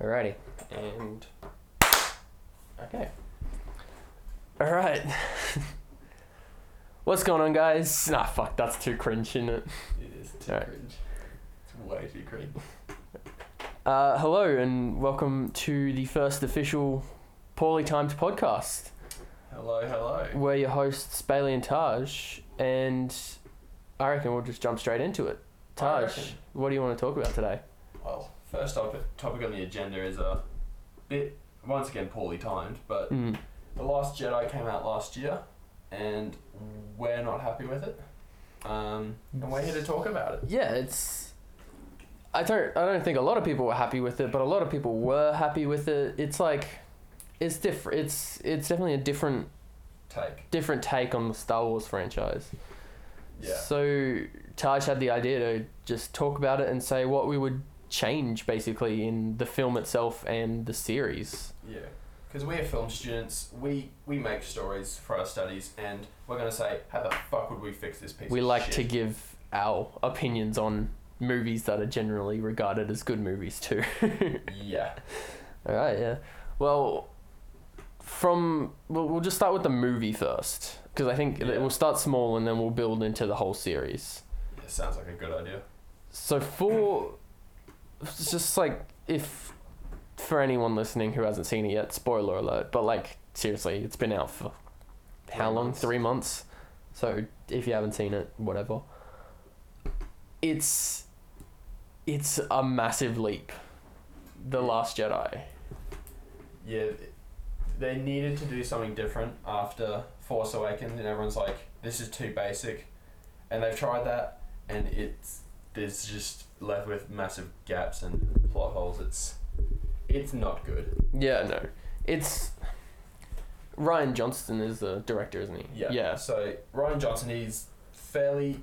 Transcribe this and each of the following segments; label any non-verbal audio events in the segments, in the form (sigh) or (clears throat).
Alrighty. And okay. Alright. (laughs) What's going on guys? Nah fuck, that's too cringe, isn't it? It is too Alright. cringe. It's way too cringe. Uh, hello and welcome to the first official Poorly Timed podcast. Hello, hello. We're your hosts Bailey and Taj and I reckon we'll just jump straight into it. I Taj, reckon. what do you want to talk about today? Well, first topic, topic on the agenda is a bit, once again, poorly timed, but Mm. The Last Jedi came out last year, and we're not happy with it. Um, and we're here to talk about it. yeah, it's. I don't. I don't think a lot of people were happy with it, but a lot of people were happy with it. It's like, it's different. It's it's definitely a different Take. different take on the Star Wars franchise. Yeah. So Taj had the idea to just talk about it and say what we would change basically in the film itself and the series. Yeah. Because we're film students, we, we make stories for our studies, and we're going to say, how the fuck would we fix this piece we of like shit? to give our opinions on movies that are generally regarded as good movies too. (laughs) Yeah. All right, yeah. Well, from we'll, we'll just start with the movie first because I think that Yeah. we'll start small and then we'll build into the whole series. yeah. Sounds like a good idea. So for it's just like if for anyone listening who hasn't seen it yet, spoiler alert. But like seriously, it's been out for how Three long? months. Three months. So if you haven't seen it, whatever. It's it's a massive leap. The Last Jedi. yeah, th- they needed to do something different after Force Awakens, and everyone's like, "This is too basic," and they've tried that, and it's there's just left with massive gaps and plot holes. It's it's not good. Yeah, no. It's Ryan Johnston is the director, isn't he? Yeah. Yeah. So Ryan Johnson, he's fairly,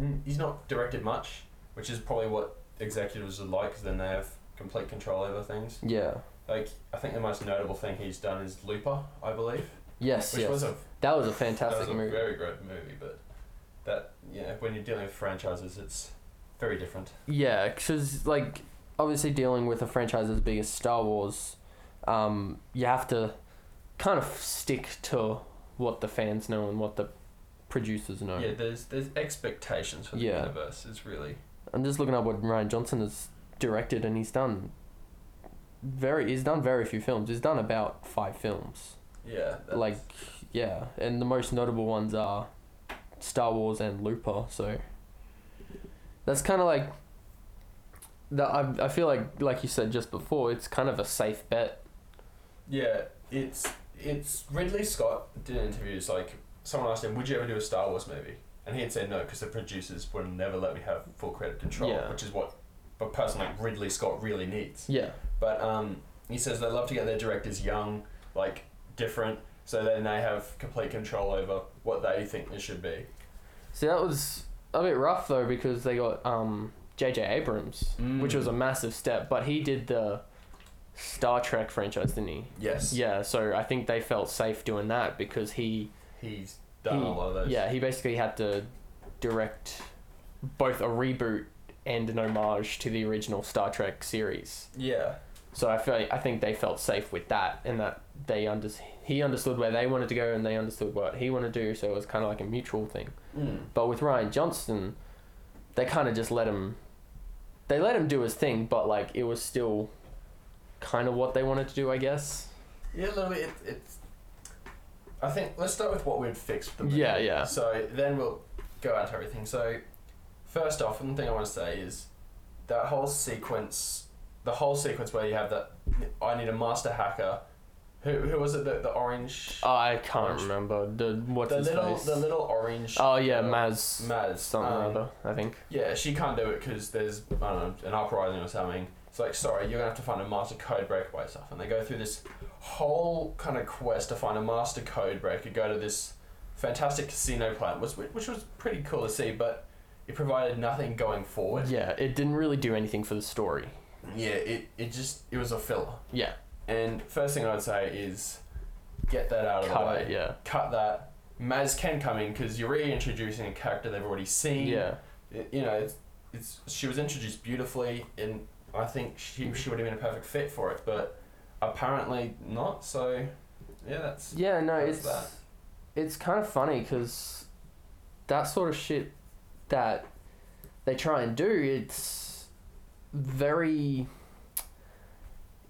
mm, he's not directed much, which is probably what executives would like, 'cause then they have complete control over things. Yeah. Like I think the most notable thing he's done is Looper, I believe, Yes, which yes. was a that was a That fantastic was a movie. very great movie, but that yeah, when you're dealing with franchises, it's very different. Yeah, because like obviously dealing with a franchise as big as Star Wars, um, you have to kind of stick to what the fans know and what the producers know. Yeah, there's there's expectations for the Yeah. universe. It's really I'm just looking up what Ryan Johnson has directed, and he's done very. He's done very few films. He's done about five films. yeah. that's- like yeah and the most notable ones are star wars and looper so that's kind of like that I, I feel like like you said just before it's kind of a safe bet yeah, it's it's Ridley Scott did interviews like someone asked him, "Would you ever do a Star Wars movie?" And he had said no because the producers would never let me have full creative control, Yeah. which is what a person like Ridley Scott really needs. yeah But um, he says they love to get their directors young, like different, so then they have complete control over what they think it should be. see that was a bit rough though because they got um jj abrams which Mm. was a massive step but he did the star trek franchise didn't he Yes. yeah so i think they felt safe doing that because he He's done He- a lot of those. Yeah, he basically had to direct both a reboot and an homage to the original Star Trek series. Yeah. So I feel I think they felt safe with that, and that they under he understood where they wanted to go, and they understood what he wanted to do. So it was kind of like a mutual thing. Mm. But with Ryan Johnston, they kind of just let him, they let him do his thing, but like it was still kind of what they wanted to do, I guess. Yeah, a little bit. It, it's. I think let's start with what we'd fix with the movie. Yeah, yeah. So then we'll go out to everything. So, first off, one thing I want to say is that whole sequence, the whole sequence where you have that, I need a master hacker. Who, who was it? The, the orange. I can't remember the what's the his little, face. the little orange. oh yeah, uh, Maz. Maz. something or um, other, I think. Yeah, she can't do it because there's I don't know an uprising or something. It's like sorry, you're gonna have to find a master code breakaway stuff, and they go through this whole kind of quest to find a master code breaker. Go to this fantastic casino plant, which which was pretty cool to see, but it provided nothing going forward. Yeah, it didn't really do anything for the story. Yeah, it it just it was a filler. Yeah, And first thing I'd say is get that out of the cut way. it. Yeah, Cut that. Maz can come in because you're reintroducing a character they've already seen. yeah, it- you know, it's, it's she was introduced beautifully, and I think she she would have been a perfect fit for it, but apparently not. So yeah, that's Yeah, no, How's it's that? it's kind of funny because that sort of shit that they try and do, it's very.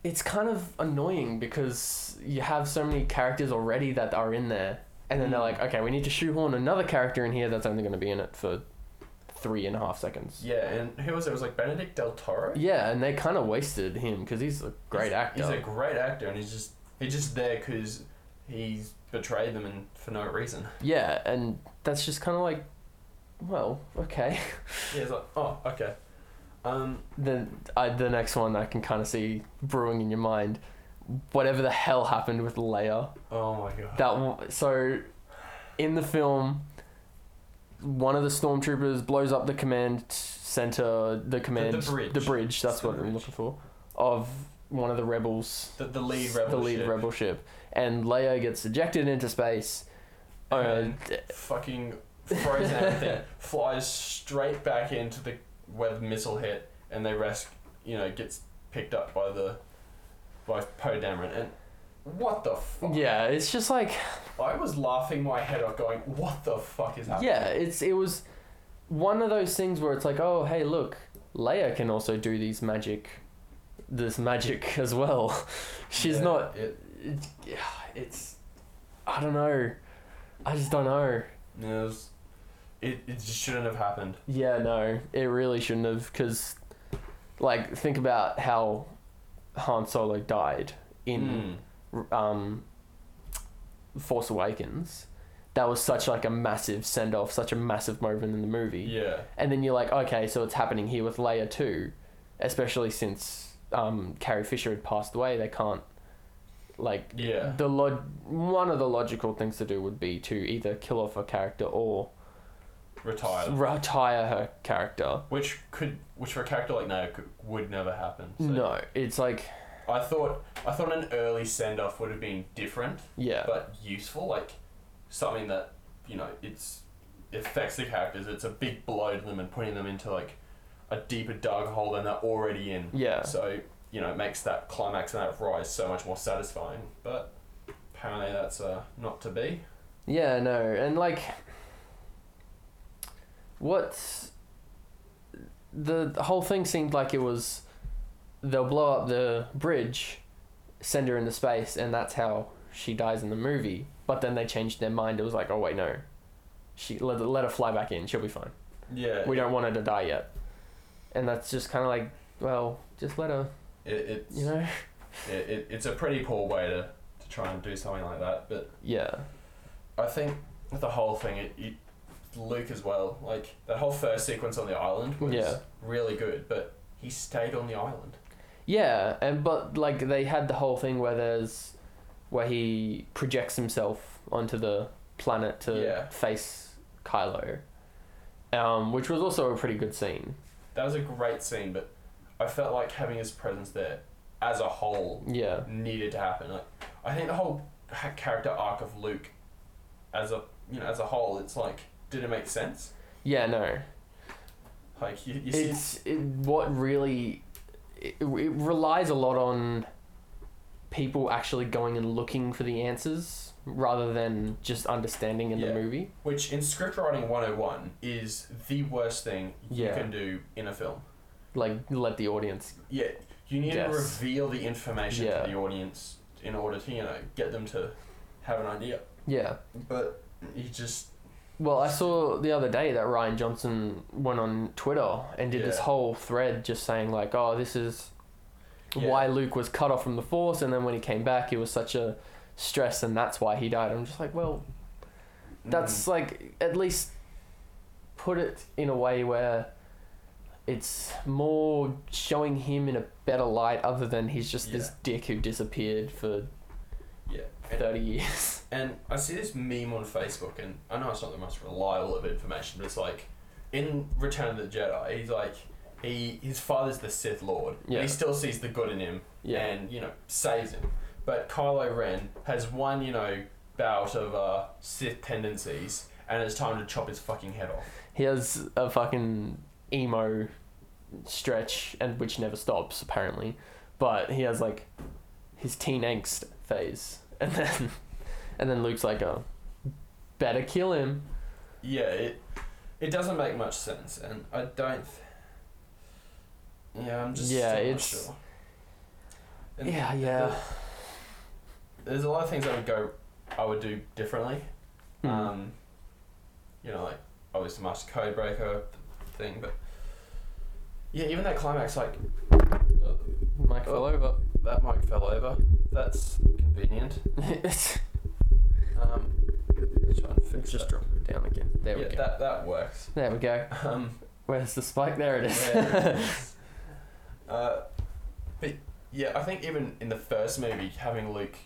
It's kind of annoying because you have so many characters already that are in there, and then they're Mm. like, okay, we need to shoehorn another character in here that's only going to be in it for three and a half seconds. yeah. And who was it? It was like Benedict del Toro. Yeah, and they kind of wasted him because he's a great He's- actor. He's a great actor, and he's just he's just there because he's betrayed them and for no reason. (laughs) yeah, and that's just kind of like, well, okay. (laughs) Yeah, it's like oh okay. Um, then I, the next one I can kind of see brewing in your mind. Whatever the hell happened with Leia. oh my god. That w- so, in the film, one of the stormtroopers blows up the command center, the command, bridge. that's It's the what I'm bridge. looking for, of one of the rebels. the, the lead rebel. The lead ship. rebel ship, and Leia gets ejected into space. Uh, And fucking frozen (laughs) everything flies straight back into the where the missile hit, and they rescue. You know, gets picked up by the by Poe Dameron, and what the fuck? uh, yeah, it's just like I was laughing my head off, going, "What the fuck is happening?" Yeah, it's it was one of those things where it's like, oh hey look, Leia can also do these magic, this magic (laughs) as well. She's Yeah, not. (sighs) It, It, yeah, it's. I don't know. I just don't know. no, it, was, it it just shouldn't have happened. Yeah, no, it really shouldn't have because, like, think about how Han Solo died Hmm. Mm. in um, Force Awakens. That was such like a massive send off, such a massive moment in the movie. yeah, and then you're like, okay, so it's happening here with Leia too, especially since um, Carrie Fisher had passed away. They can't like yeah, the log. One of the logical things to do would be to either kill off her character or retired. retire her character. Which could, which for a character like Naya could, would never happen. So No, it's like I thought, I thought an early send off would have been different. yeah, but useful, like something that you know it's it affects the characters. It's a big blow to them and putting them into like a deeper dark hole than they're already in. yeah, So you know it makes that climax and that rise so much more satisfying. But apparently that's uh, not to be. yeah. No, and like what the whole thing seemed like it was they'll blow up the bridge send her into space, and that's how she dies in the movie. But then they changed their mind. It was like, oh wait, no, she let let her fly back in. She'll be fine. Yeah, We don't want her to die yet. And that's just kind of like, well, just let her, it, it's you know. it, it, it's a pretty poor way to to try and do something like that. But Yeah, I think with the whole thing, it, it Luke as well. Like that whole first sequence on the island was Yeah. really good, but he stayed on the island. yeah, and but like they had the whole thing where there's where he projects himself onto the planet to Yeah. face Kylo, um, which was also a pretty good scene. That was a great scene, but I felt like having his presence there as a whole Yeah, needed to happen. Like I think the whole ha- character arc of Luke, as a you know as a whole, it's like did it make sense? yeah, no, Like you, you see, it's it, what really it, it relies a lot on people actually going and looking for the answers rather than just understanding in Yeah. the movie which in script writing one hundred and one is the worst thing Yeah. you can do in a film. like let the audience Yeah, you need to Yes. reveal the information Yeah. to the audience in order to you know get them to have an idea. yeah But you just well i saw the other day that ryan johnson went on twitter and did this Yeah. whole thread just saying like oh this is Yeah. why luke was cut off from the force and then when he came back it was such a stress and that's why he died i'm just like well mm, that's like at least put it in a way where it's more showing him in a better light other than he's just this Yeah. dick who disappeared for yeah. And- 30 years (laughs) And I see this meme on Facebook, and I know it's not the most reliable of information, but it's like in Return of the Jedi, he's like he his father's the Sith Lord, Yeah. and he still sees the good in him, yeah and you know saves him. But Kylo Ren has one you know bout of uh, Sith tendencies, and it's time to chop his fucking head off. he has a fucking emo stretch and which never stops apparently, but he has like his teen angst phase, (laughs) and then and then Luke's like, oh, better kill him. Yeah, it it doesn't make much sense, and I don't. Th- yeah, I'm just Yeah, still not it's- sure. And Yeah, yeah. There's a lot of things I would go, I would do differently. Hmm. Um, you know, like obviously master code breaker thing, but yeah, even that climax, like Mike fell oh. over. that mic fell over. That's convenient. it's Um, let's try and fix just that. drop it (laughs) down again. There yeah, we go. that that works. there we go. Um, Where's the spike? There it is. Yeah, it is. uh, but yeah, I think even in the first movie, having Luke,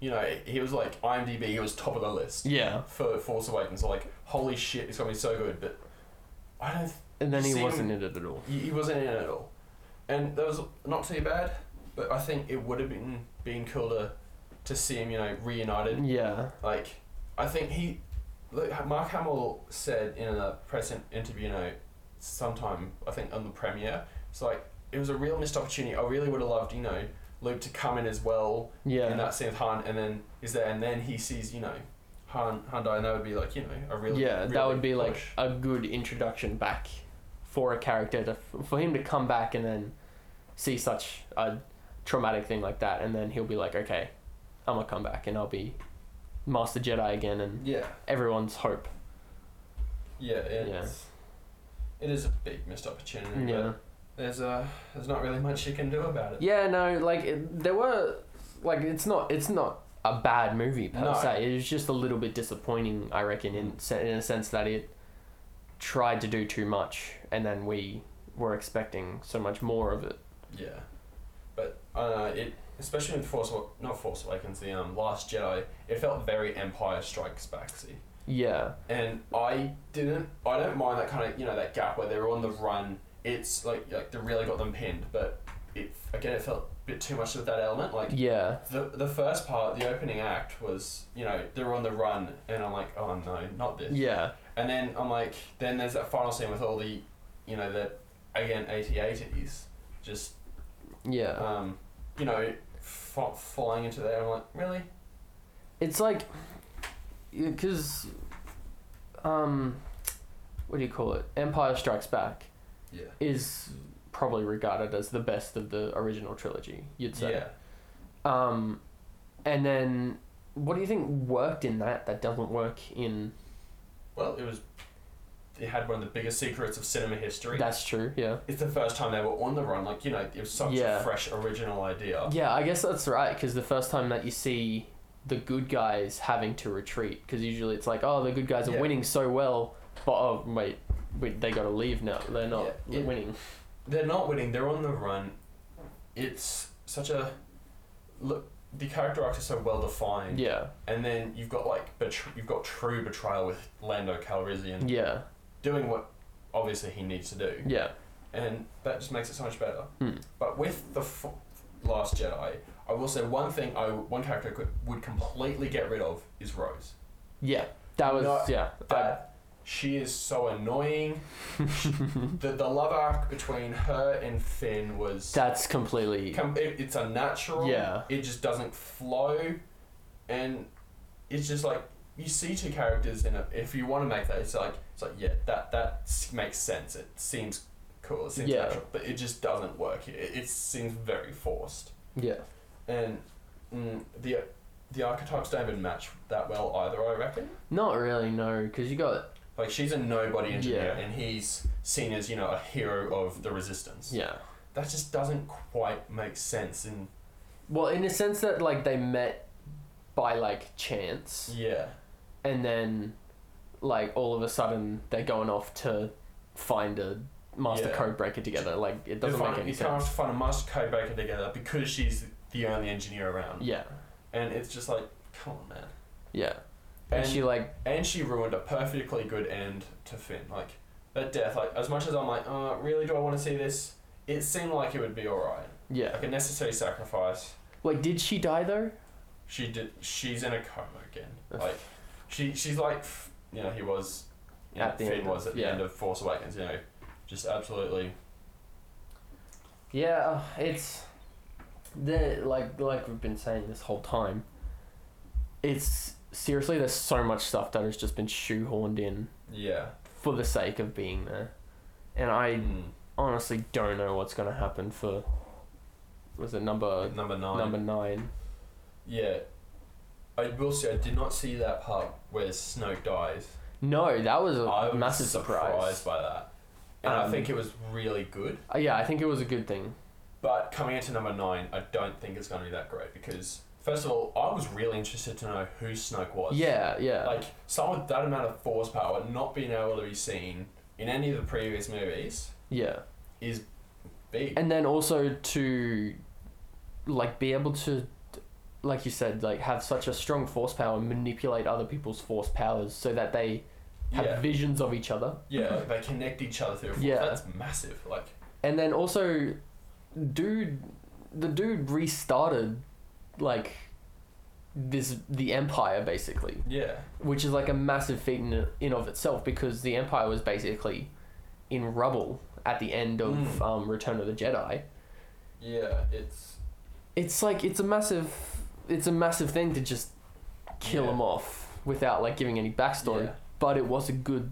you know, he was like IMDb, he was top of the list (laughs) yeah. for Force Awakens. So like, holy shit, it's gonna be so good. But I don't, And then he Seeing- wasn't in it at all. he, he wasn't in it at all, and that was not too bad. But I think it would have been been cool to to see him, you know, reunited. Yeah. Like, I think he, like, Mark Hamill said in a press in- interview, you know, sometime I think on the premiere, it's like it was a real missed opportunity. I really would have loved, you know, Luke to come in as well Yeah. in that scene with Han, and then is there, and then he sees, you know, Han Han die, and that would be like, you know, a really yeah, that really would be like push. a good introduction back for a character to, for him to come back and then see such a traumatic thing like that, and then he'll be like, okay, I'm gonna come back and I'll be Master Jedi again, and yeah, everyone's hope. yeah, it's, it is a big missed opportunity. but Yeah. there's uh, there's not really much you can do about it. Yeah, no, like it, there were, like it's not, it's not a bad movie per No. se. It was just a little bit disappointing, I reckon, in se- in a sense that it tried to do too much, and then we were expecting so much more of it. Yeah, but uh, it especially with Force Awa- not Force Awakens, the um, Last Jedi, it felt very Empire Strikes Backsy, Yeah. and I didn't. I don't mind that kind of you know that gap where they're on the run. It's like like they really got them pinned, but it again it felt a bit too much of that element. Like Yeah. the the first part, the opening act was you know they're on the run, and I'm like oh no, not this. Yeah. And then I'm like, then there's that final scene with all the, you know, the again 8080s, just Yeah. um, you know, f- flying into there. I'm like, really? It's like, because, um, what do you call it? Empire Strikes Back Yeah. is probably regarded as the best of the original trilogy. You'd say. yeah. Um, and then, what do you think worked in that that doesn't work in? Well, it was. It had one of the biggest secrets of cinema history. That's true. Yeah. it's the first time they were on the run. Like you know, it was such Yeah. a fresh, original idea. Yeah, I guess that's right. Because the first time that you see the good guys having to retreat, because usually it's like, oh, the good guys are Yeah. winning so well, but oh wait, wait they got to leave now. They're not Yeah, it- winning. They're not winning. They're on the run. It's such a look. The character arcs are so well defined, Yeah. and then you've got like betr- you've got true betrayal with Lando Calrissian Yeah. doing what obviously he needs to do. Yeah. and that just makes it so much better. Hmm. But with the f- Last Jedi, I will say one thing: I one character I could, would completely get rid of is Rose. Yeah. That was No, yeah. I, That she is so annoying. the the love arc between her and Finn was that's completely com- it, it's unnatural. Yeah. it just doesn't flow, and it's just like you see two characters in a. If you want to make that, it's like it's like yeah, that that s- makes sense. It seems cool. It seems Yeah. natural, but it just doesn't work. It, it seems very forced, yeah. and mm, the the archetypes don't even match that well either. I reckon. Not really no, because you got Like she's a nobody engineer, Yeah. and he's seen as you know a hero of the resistance. yeah. That just doesn't quite make sense. And Well, in a sense that like they met by like chance, yeah, and then like all of a sudden they're going off to find a master Yeah. code breaker together. Like it doesn't you make find- any you can't sense. find a master code breaker together because she's the only engineer around. Yeah. And it's just like, come on, man. Yeah. And, And she like and she ruined a perfectly good end to Finn. Like that death. Like as much as I'm like, uh, really, do I want to see this? It seemed like it would be alright. yeah. Like a necessary sacrifice. Wait, did she die though? She did. She's in a coma again. Like she. She's like, f- you know, he was. You know, At the Finn end of- was at yeah. the end of Force Awakens. You know, just absolutely Yeah, uh, it's the like like we've been saying this whole time. It's seriously there's so much stuff that has just been shoehorned in Yeah. for the sake of being there, and I Mm. honestly don't know what's gonna happen for. Was it number Number nine. uh, number nine? Yeah. I will say I did not see that part where Snoke dies. No, that was a I was massive surprise. surprised by that, and I Um, think it was really good. Uh, yeah, I think it was a good thing. But coming into number nine, I don't think it's going to be that great because first of all, I was really interested to know who Snoke was. Yeah, yeah, Like someone with that amount of force power not being able to be seen in any of the previous movies yeah. is big. and then also to like be able to like you said like have such a strong force power and manipulate other people's force powers so that they have yeah, visions of each other yeah, like, they connect each other through. Force. Yeah. that's massive. Like, and then also dude the dude restarted like this the empire basically yeah, which is like a massive feat in, in of itself because the empire was basically in rubble at the end of Mm. um, return of the jedi yeah, it's it's like it's a massive it's a massive thing to just kill Yeah. him off without like giving any backstory Yeah. but it was a good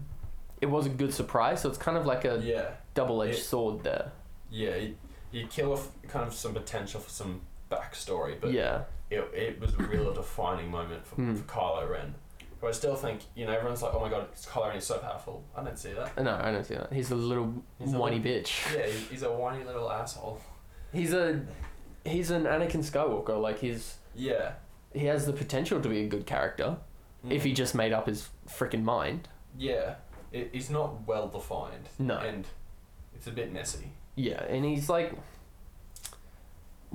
it was a good surprise so it's kind of like a yeah. double-edged It- sword there Yeah, you, you kill off kind of some potential for some backstory, but yeah it, it was a real (coughs) defining moment for, Hmm. for Kylo Ren. But I still think, you know, everyone's like, oh my god, Kylo Ren is so powerful. I don't see that. no i don't see that he's a little He's a whiny bitch Yeah, he- he's a whiny little asshole. he's a he's an anakin skywalker like he's Yeah. he has the potential to be a good character Mm. if he just made up his freaking mind Yeah. It, he's not well defined. No. And it's a bit messy. yeah and he's like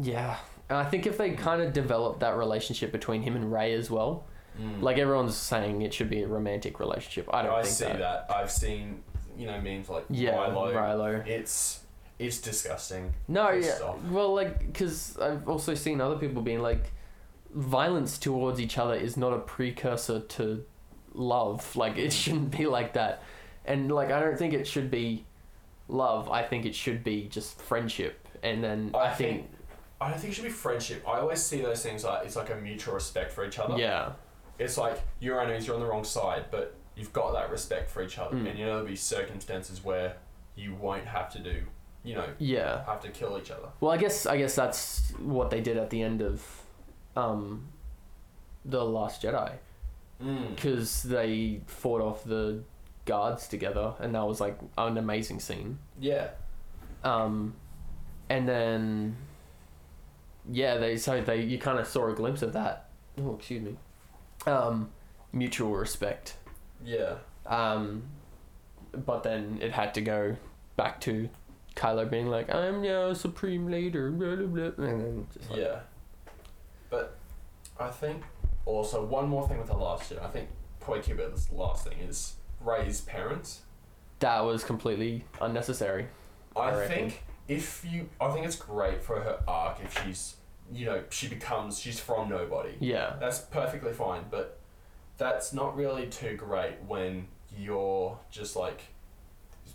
yeah and i think if they kind of develop that relationship between him and ray as well Like everyone's saying, it should be a romantic relationship. I don't Mm. I think see that. I've seen, you know, memes like Yeah, Milo. Rilo. It's, it's disgusting. No, Pissed yeah. off. Well, like, because I've also seen other people being like, violence towards each other is not a precursor to love. Like, it shouldn't be like that. And like, I don't think it should be love. I think it should be just friendship. And then I, I think, I don't think it should be friendship. I always see those things like it's like a mutual respect for each other. yeah, It's like you're enemies, you're on the wrong side, but you've got that respect for each other. Mm. And you know there'll be circumstances where you won't have to do, you know, yeah. have to kill each other. Well, I guess I guess that's what they did at the end of, um, the Last Jedi. Hmm. Mm. because they fought off the guards together, and that was like an amazing scene. Yeah. Um, and then, yeah, they so they you kind of saw a glimpse of that. Oh, excuse me. Um, mutual respect. Yeah. Um, but then it had to go back to Kylo being like, "I'm now supreme leader," blah, blah, blah, and then just like, Yeah. But I think also one more thing with the last year, I think probably keep it this last thing is Ray's parents. that was completely unnecessary. I, I reckon. think if you, I think it's great for her arc if she's, you know, she becomes, she's from nobody. Yeah, That's perfectly fine, but that's not really too great when you're just like,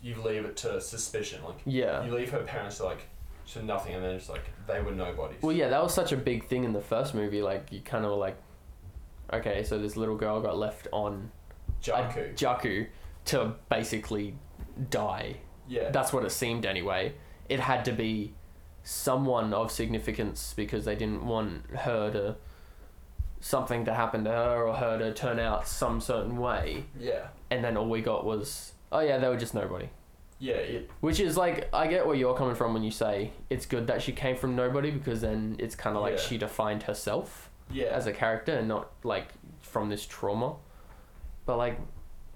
you leave it to suspicion. Like, yeah. you leave her parents to like, to nothing, and then it's like, they were nobodies. Well, yeah, that was such a big thing in the first movie. Like, you kind of were like, okay, so this little girl got left on Jakku. Jakku to basically die. yeah. That's what it seemed anyway. It had to be someone of significance because they didn't want her to something to happen to her or her to turn out some certain way. yeah. And then all we got was, oh yeah, they were just nobody. Yeah. It, Which is like, I get where you're coming from when you say it's good that she came from nobody because then it's kind of like Yeah. she defined herself yeah. as a character and not like from this trauma. But like,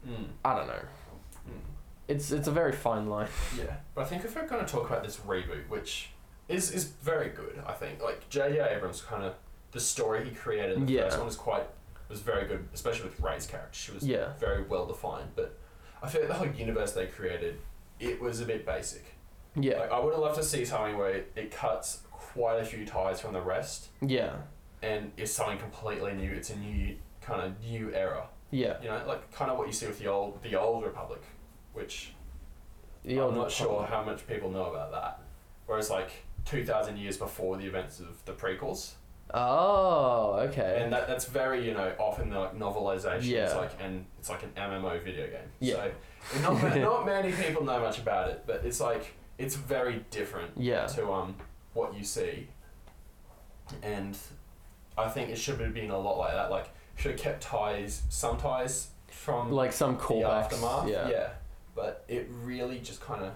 mm, I don't know. mm. It's it's a very fine line. Yeah, but I think if we're going to talk about this reboot, which is is very good, I think like J.J. Abrams kind of the story he created in the Yeah. first one was quite was very good, especially with Ray's character. She was Yeah. very well defined, but I feel like the whole universe they created it was a bit basic. Yeah, Like I would have loved to see something where it cuts quite a few ties from the rest yeah, and it's something completely new. It's a new kind of new era. yeah. You know, like kind of what you see with the old the old Republic, which The I'm old not sure Republic. how much people know about that. whereas like two thousand years before the events of the prequels, Oh, okay. and that, that's very you know often the like novelizations Yeah. like and it's like an MMO video game. Yeah. So (laughs) and not ma- not many people know much about it, but it's like it's very different yeah. to um what you see. And I think it should have been a lot like that. Like should have kept ties some ties from Like some the callbacks. aftermath. yeah. yeah. But it really just kind of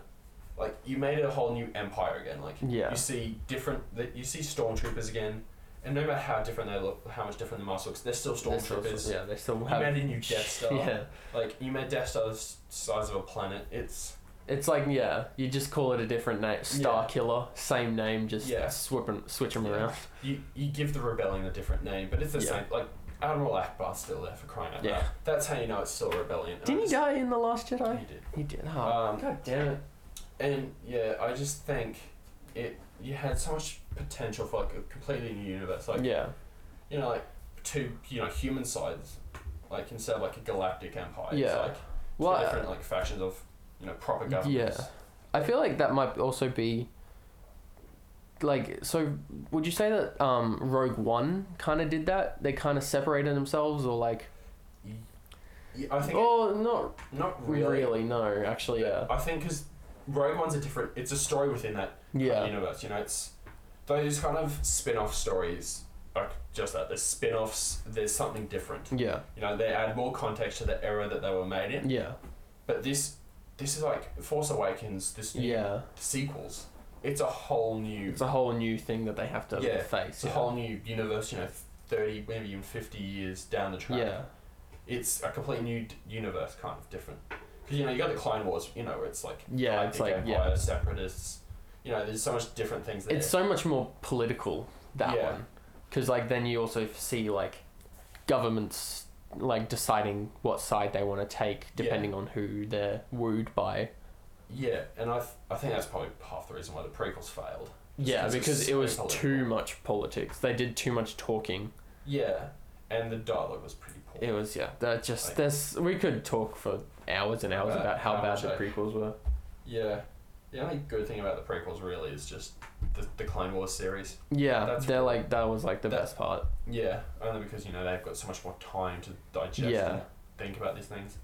like you made it a whole new empire again. Like Yeah. you see different that you see stormtroopers again, and no matter how different they look, how much different the mask looks, they're still They're still- stormtroopers. yeah, they still You have. made a new Death (laughs) Star. Yeah. Like you made Death Star the s- size of a planet. It's It's like yeah, you just call it a different name, Star Yeah. Killer, same name, just Yeah. swip 'em- switch them Yeah. around. you, you give the rebellion a different name, but it's the Yeah. same. Like Admiral Akbar's still there for crying out Yeah. loud. That's how you know it's still a rebellion. And I Didn't he just- die in the Last Jedi? He did. He did. Oh, Um, God damn it! And yeah, I just think it. You had so much potential for like a completely new universe. Like yeah, you know, like two you know human sides, like instead of like a galactic empire. Yeah. It's like two well, uh, I- different like factions of you know proper governments. Yeah. I feel like that might also be like so would you say that um Rogue One kind of did that? They kind of separated themselves or like Yeah, I think Oh, not not really. really. no, actually yeah. I think because Rogue One's a different. It's a story within that kind of Yeah. universe. You know, it's those kind of spin-off stories are just that. There's spin-offs. There's something different. Yeah. You know, they add more context to the era that they were made in. Yeah. But this, this is like Force Awakens. This new Yeah. sequels. It's a whole new. It's a whole new thing that they have to Yeah, face. It's a yeah. whole new universe, you know, 30, maybe even 50 years down the track. yeah. It's a complete new d- universe, kind of different. Because, you know, you got the Clone Wars, you know, where it's like. Yeah, it's like Galactic yeah. Empire, Separatists. You know, there's so much different things there. It's so much more political that Yeah. one. Cuz like then you also see like governments like deciding what side they want to take Yeah. depending on who they're wooed by. yeah, and I, th- I think that's probably half the reason why the prequels failed. Just Yeah, it's because so it was political. too much politics. They did too much talking. Yeah, and the dialogue was pretty poor. It was yeah. That just Like- there's we could talk for hours and hours About about how how bad much the I- prequels were. yeah. The only good thing about the prequels really is just the, the Clone Wars series. Yeah, That's they're cool. like that was like the That- best part. Yeah, only because you know they've got so much more time to digest Yeah. and think about these things.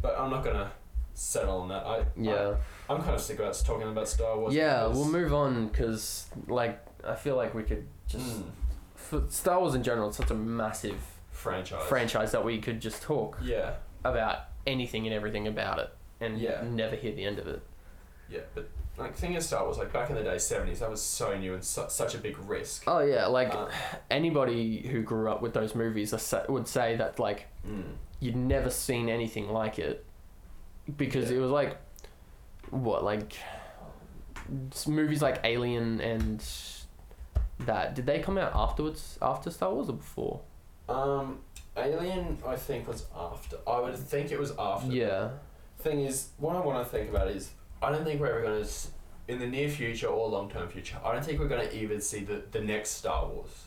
But I'm not gonna settle on that. I Yeah, I, am kind of sick about us talking about Star Wars. yeah. because- We'll move on because like I feel like we could just Mm, for Star Wars in general. It's such a massive franchise. franchise that we could just talk Yeah, about anything and everything about it and Yeah. never hear the end of it. yeah. But like thing is, Star Wars like back in the day, seventies, that was so new and su- such a big risk. Oh yeah, like Um, anybody who grew up with those movies are sa- would say that like mm, you'd never seen anything like it because Yeah. it was like what like s- movies like Alien and that did they come out afterwards after Star Wars or before? um, Alien, I think was after. I would think it was after. Yeah, Thing is, what I want to think about is, I don't think we're ever gonna. s- In the near future or long term future, I don't think we're going to even see the, the next Star Wars.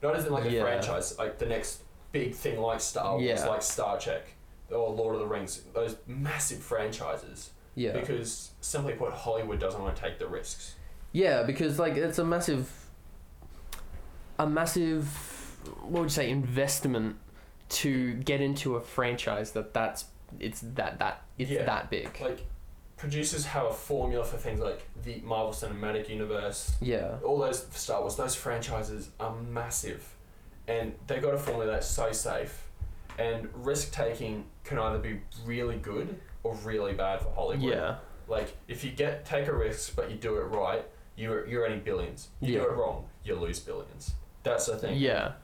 Not as in like a Yeah. franchise, like the next big thing like Star Wars, Yeah. like Star Trek or Lord of the Rings, those massive franchises. yeah, Because simply put, Hollywood doesn't want to take the risks. yeah. Because like it's a massive, a massive, what would you say, investment to get into a franchise that that's it's that that it's Yeah. that big. Like, producers have a formula for things like the Marvel Cinematic Universe, yeah, all those Star Wars, those franchises are massive, and they got a formula that's so safe. And risk taking can either be really good or really bad for Hollywood. yeah, Like if you get take a risk but you do it right, you're you're earning billions. You Yeah. do it wrong, you lose billions. That's the thing. yeah,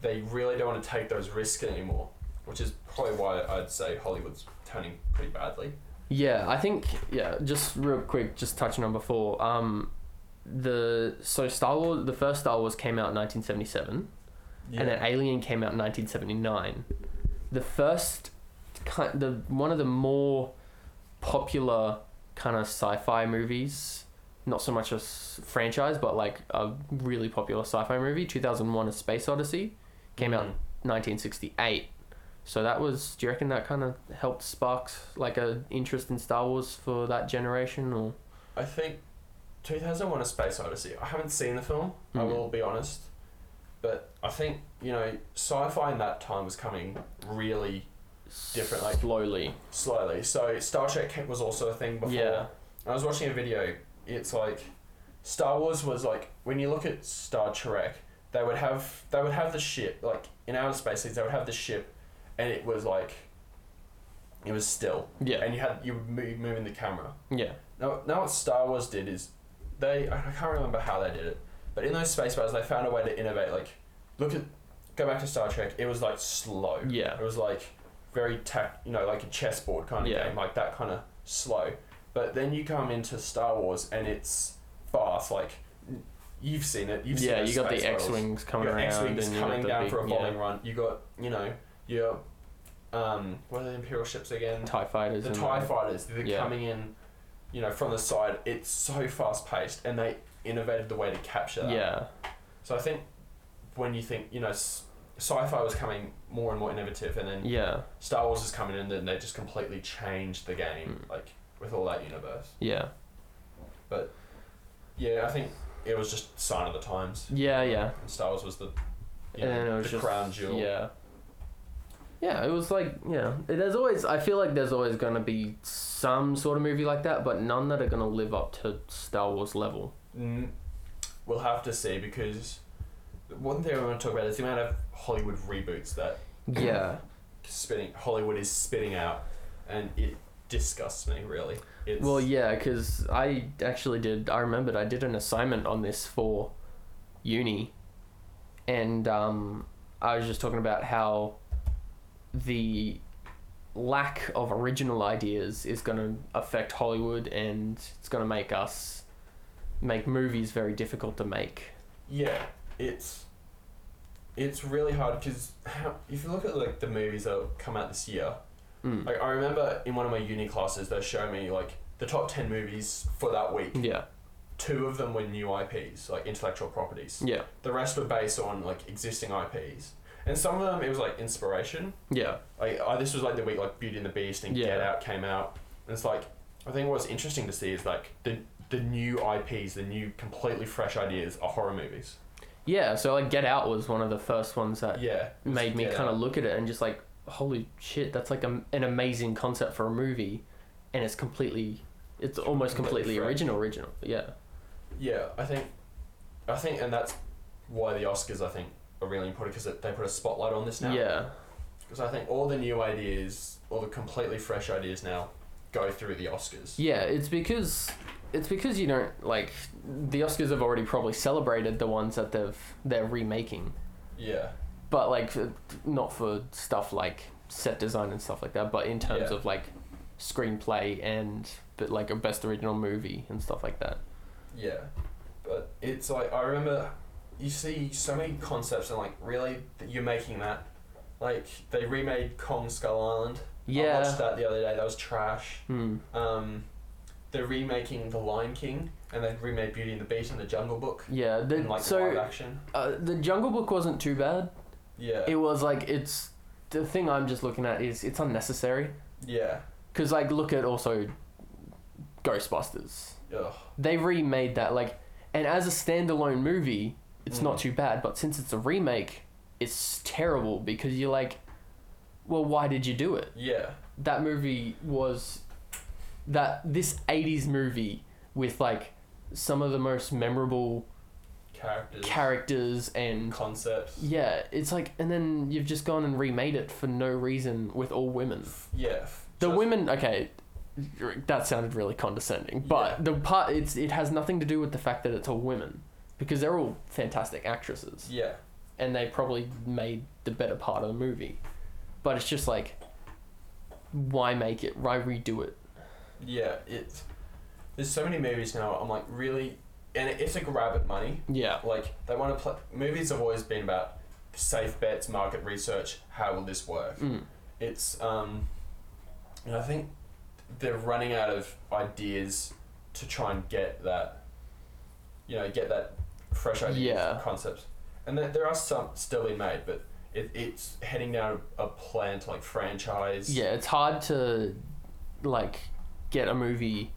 They really don't want to take those risks anymore, which is probably why I'd say Hollywood's turning pretty badly. Yeah, I think yeah. Just real quick, just touching on before. Um, the so Star Wars, the first Star Wars came out in 1977, and then Alien came out in 1979. The first, ki- the one of the more popular kind of sci-fi movies, not so much a s- franchise, but like a really popular sci-fi movie, 2001: A Space Odyssey, came out in 1968. So that was. Do you reckon that kind of helped spark like a interest in Star Wars for that generation, or I think 2001: A Space Odyssey. I haven't seen the film. I Mhm. will be honest, but I think you know sci-fi in that time was coming really Different, like- slowly. slowly. So Star Trek was also a thing before. Yeah. I was watching a video. It's like Star Wars was like when you look at Star Trek, they would have they would have the ship like in outer space. They would have the ship, and it was like it was still, Yeah. and you had you were mo- moving the camera. Yeah. Now, now what Star Wars did is they I can't remember how they did it, but in those space battles they found a way to innovate. Like look at go back to Star Trek. It was like slow. Yeah. It was like very tact, you know, like a chessboard kind of Yeah. game, like that kind of slow. But then you come into Star Wars and it's fast. Like you've seen it. You've seen yeah, those you got space the battles. X Wings You coming got around. X-wings and you got coming the down big- for a bowling yeah, run. You got you know your um what are the Imperial ships again? TIE fighters. the and TIE like- fighters, they're Yeah. coming in, you know, from the side. It's so fast paced, and they innovated the way to capture that. Yeah. So I think when you think, you know, s- sci-fi was coming more and more innovative, and then Yeah. Star Wars is coming in, and they just completely changed the game, Mm. like with all that universe. Yeah. Yeah, I think it was just sign of the times. Yeah. Yeah. And Star Wars was the, you and then it know, was the just crown jewel. Yeah. Yeah, it was like yeah. There's always I feel like there's always gonna be some sort of movie like that, but none that are gonna live up to Star Wars (clears throat) level. Mm, we'll have to see because one thing I want to talk about is the amount of Hollywood reboots that Yeah, spitting Hollywood is spitting out, and it disgusts me really. It's, Well, yeah, because I actually did. I remembered I did an assignment on this for uni, and um, I was just talking about how the lack of original ideas is going to affect Hollywood, and it's going to make us make movies very difficult to make. yeah, it's it's really hard because if you look at like the movies that have come out this year, Mm. like I remember in one of my uni classes they showed me like the top ten movies for that week. Yeah, Two of them were new IPs, like intellectual properties. yeah, The rest were based on like existing IPs, and some of them it was like inspiration. yeah, like I, this was like the week like Beauty and the Beast and Get Yeah. Out came out, and it's like I think what's interesting to see is like the the new IPs, the new completely fresh ideas are horror movies. yeah. So like, Get Out was one of the first ones that Yeah, Uh, made me Get kind Out. of look at it and just like, holy shit, that's like a, an amazing concept for a movie, and it's completely, it's almost Completely completely fresh. original, original. Yeah, yeah. I think, I think, and that's why the Oscars I think are really important because they put a spotlight on this now. yeah, Because I think all the new ideas, all the completely fresh ideas now, go through the Oscars. yeah. It's because it's because you don't like the Oscars have already probably celebrated the ones that they've they're remaking, Yeah. but like f- not for stuff like set design and stuff like that, but in terms Yeah. of like screenplay and but like a best original movie and stuff like that. Yeah, but it's like I remember you see so many concepts and like really that you're making that. Like they remade Kong Skull Island. I watched Yeah. that the other day. That was trash. Hmm. Um, they're remaking The Lion King, and they remade Beauty and the Beast and The Jungle Book. Yeah. The, and like live so action. uh, the Jungle Book wasn't too bad. Yeah. it was like it's the thing I'm just looking at is it's unnecessary yeah. because like look at also Ghostbusters. Ugh. They remade that like, and as a standalone movie, it's not Mm. too bad. But since it's a remake, it's terrible because you're like, well, why did you do it? Yeah. That movie was that this '80s movie with like some of the most memorable Characters. characters and concepts. yeah, it's like, and then you've just gone and remade it for no reason with all women. Yeah. f- The just- women, okay, that sounded really condescending, Yeah. but the part it's it has nothing to do with the fact that it's all women because they're all fantastic actresses Yeah. and they probably made the better part of the movie, but it's just like, why make it? Why redo it? Yeah. It's there's so many movies now. I'm like really, and it's a grab at money. Yeah, like they want to play movies have always been about safe bets market research how will this work mm. it's um and i think they're running out of ideas to try and get that you know get that fresh idea Yeah. concept and there, there are some still being made but it, it's heading down a plan to like franchise yeah. It's hard to like get a movie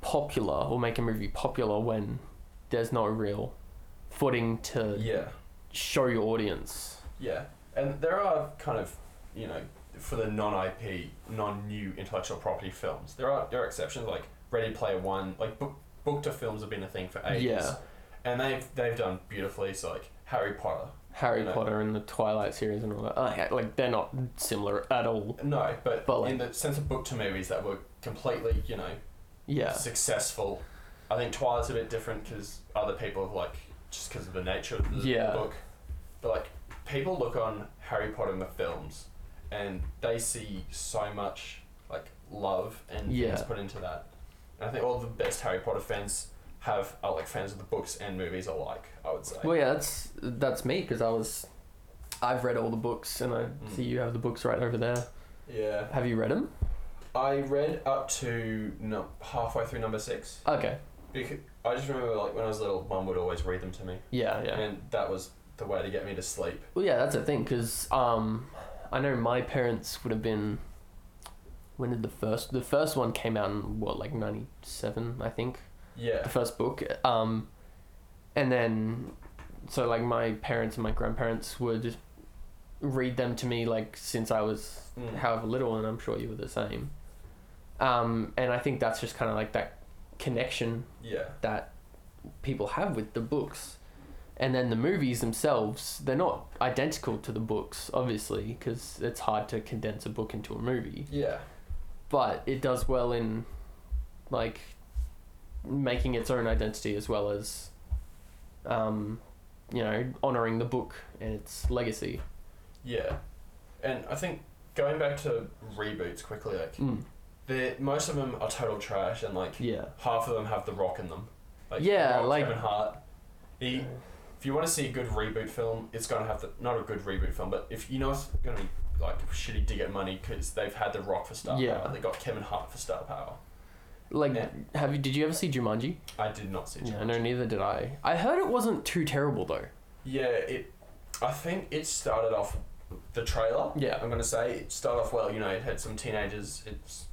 popular or make a movie popular when there's no real footing to Yeah. show your audience. Yeah, and there are kind of, you know, for the non-IP, non-new intellectual property films, there are there are exceptions like Ready Player One, like book book to films have been a thing for ages. Yeah. and they've they've done beautifully. So like Harry Potter, Harry No. Potter and the Twilight series and all that. Uh, like they're not similar at all. no, but, But, like- in the sense of book to movies that were completely, you know, Yeah. successful. I think Twilight's a bit different because other people have like just because of the nature of the Yeah. book, but like people look on Harry Potter in the films, and they see so much like love and Yeah. things put into that. And I think all the best Harry Potter fans have are like fans of the books and movies alike. I would say. Well, yeah, that's that's me because I was, I've read all the books and I Mm. see you have the books right over there. yeah, Have you read them? I read up to no, halfway through number six. Okay. Because I just remember like when I was little, mum would always read them to me, Yeah, yeah. and that was the way to get me to sleep. Well, yeah, that's the thing because um, I know my parents would have been. When did the first the first one came out in what like ninety seven I think Yeah. the first book um, and then so like my parents and my grandparents would read them to me like since I was Mm. however little, and I'm sure you were the same. Um, and I think that's just kind of like that connection Yeah. that people have with the books. And then the movies themselves, they're not identical to the books, obviously, because it's hard to condense a book into a movie. Yeah. But it does well in, like, making its own identity as well as, um, you know, honoring the book and its legacy. Yeah. And I think going back to reboots quickly, like Mm, they most of them are total trash, and like yeah. half of them have the Rock in them. Like, Yeah, The Rock, like- Kevin Hart. He, if you want to see a good reboot film, it's gonna have the not a good reboot film, but if you know it's gonna be like shitty to get money because they've had the Rock for star Yeah. power, they got Kevin Hart for star power. Like, Yeah. have you? Did you ever see Jumanji? I did not see. Yeah, Jumanji. no, neither did I. I heard it wasn't too terrible though. Yeah, it. I think it started off the trailer. Yeah. I'm gonna say it started off well. You know, it had some teenagers. It's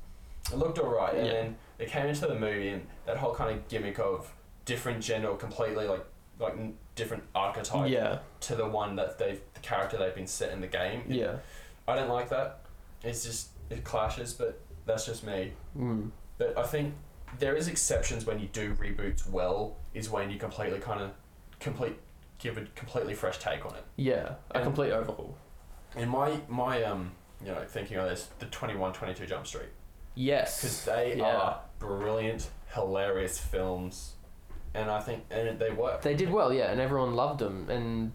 it looked alright, and Yeah. then it came into the movie and that whole kind of gimmick of different gender, completely like like n- different archetype yeah, to the one that they've the character they've been set in the game. yeah. I don't like that. It's just it clashes, but that's just me. Mm. But I think there is exceptions when you do reboots well. Is when you completely kind of complete give a completely fresh take on it. Yeah, a And- complete overhaul. And my my um you know thinking of this the 21 22 Jump Street because Yes. they Yeah. are brilliant hilarious films and I think and they work They did well, yeah, and everyone loved them. And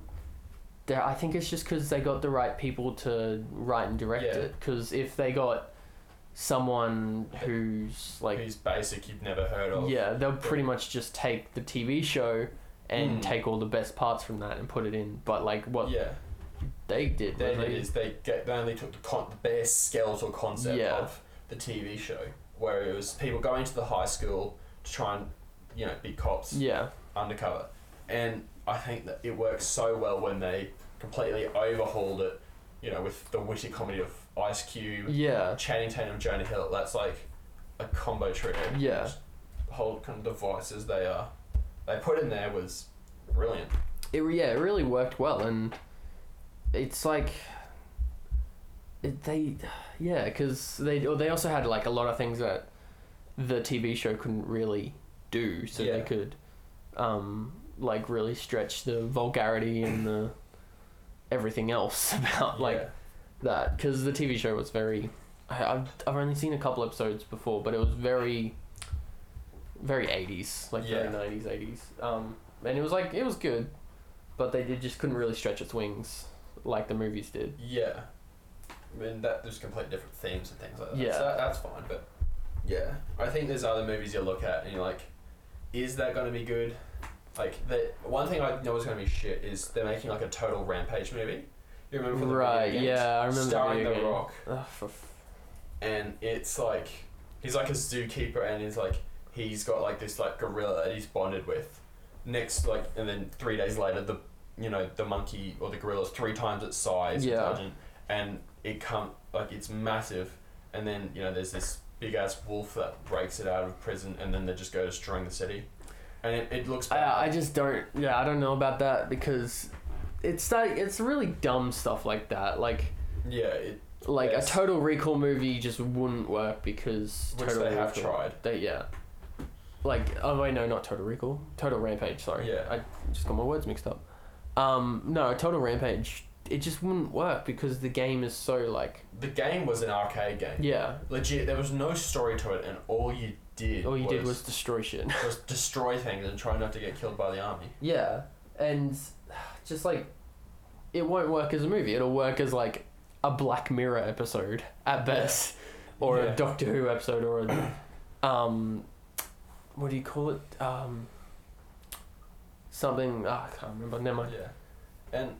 they- I think it's just because they got the right people to write and direct Yeah. it. Because if they got someone who's like, who's basic you've never heard of yeah, they'll pretty much just take the TV show and Mm. take all the best parts from that and put it in. But like what yeah they did, they, where they- is they get they only took the con- the bare skeletal concept Yeah. of the TV show where it was people going to the high school to try and you know be cops yeah, undercover. And I think that it works so well when they completely overhauled it, you know, with the witty comedy of Ice Cube, yeah, Channing Tatum, Jonah Hill. That's like a combo trio. yeah. The whole kind of devices they are they put in there was brilliant. it re- yeah it really worked well and it's like it, they yeah because they or they also had like a lot of things that the TV show couldn't really do so they Yeah. could um like really stretch the vulgarity and the everything else (laughs) about like Yeah. that because the TV show was very. I, I've I've only seen a couple episodes before, but it was very, very eighties, like very Yeah. nineties, eighties. Um, and it was like it was good, but they did just couldn't really stretch its wings like the movies did. Yeah. I mean, that there's complete different themes and things like that. Yeah. So that, that's fine, but yeah. I think there's other movies you look at and you're like, is that going to be good? Like, the, one thing I know is going to be shit is they're making like a total rampage movie. You remember from the video Right? games? Yeah, I remember. Starring video The game. Rock. Ugh, for f- And it's like, he's like a zookeeper and he's like, he's got like this like gorilla that he's bonded with. Next, like, and then three days later, the, you know, the monkey or the gorilla's three times its size. Yeah. intelligent, and it come like it's massive and then you know there's this big ass wolf that breaks it out of prison, and then they just go destroying the city. And it, it looks bad. I, I just don't. Yeah, I don't know about that because it's like it's really dumb stuff like that. Like yeah, it, like Yes. a Total Recall movie just wouldn't work because which Total they have Recall- tried. They yeah. Like oh wait no not Total Recall Total Rampage sorry Yeah. I just got my words mixed up. Um no Total Rampage it just wouldn't work because the game is so like The game was an arcade game. yeah Legit, there was no story to it, and all you did all you was, did was destroy shit. (laughs) was destroy things and try not to get killed by the army. Yeah, and just like it won't work as a movie. It'll work as like a Black Mirror episode at best, (laughs) or Yeah. a Doctor Who episode, or (coughs) a um, what do you call it? Um, something ah, I can't remember. Never mind. Yeah. And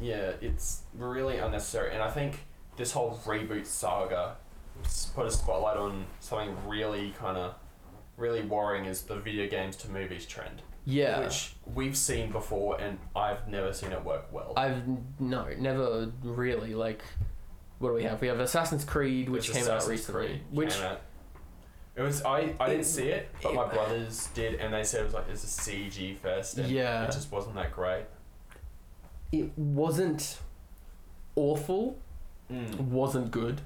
yeah, it's really unnecessary. And I think this whole reboot saga s- put a spotlight on something really kind of really worrying is the video games to movies trend, Yeah, which we've seen before and I've never seen it work well. I've no never really like. What do we have? We have Assassin's Creed, which This came out Assassin's recently. Creed which came out. it was I, I It- didn't see it, but my it- brothers did, and they said it was like it's a CG fest, and Yeah. it just wasn't that great. it wasn't awful, Mm. Mm. wasn't good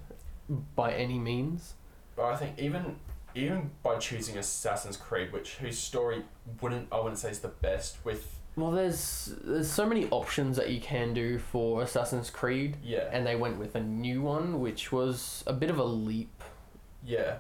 by any means. But I think even even by choosing Assassin's Creed, which whose story wouldn't I wouldn't say is the best with Well, there's there's so many options that you can do for Assassin's Creed, yeah and they went with a new one, which was a bit of a leap. yeah.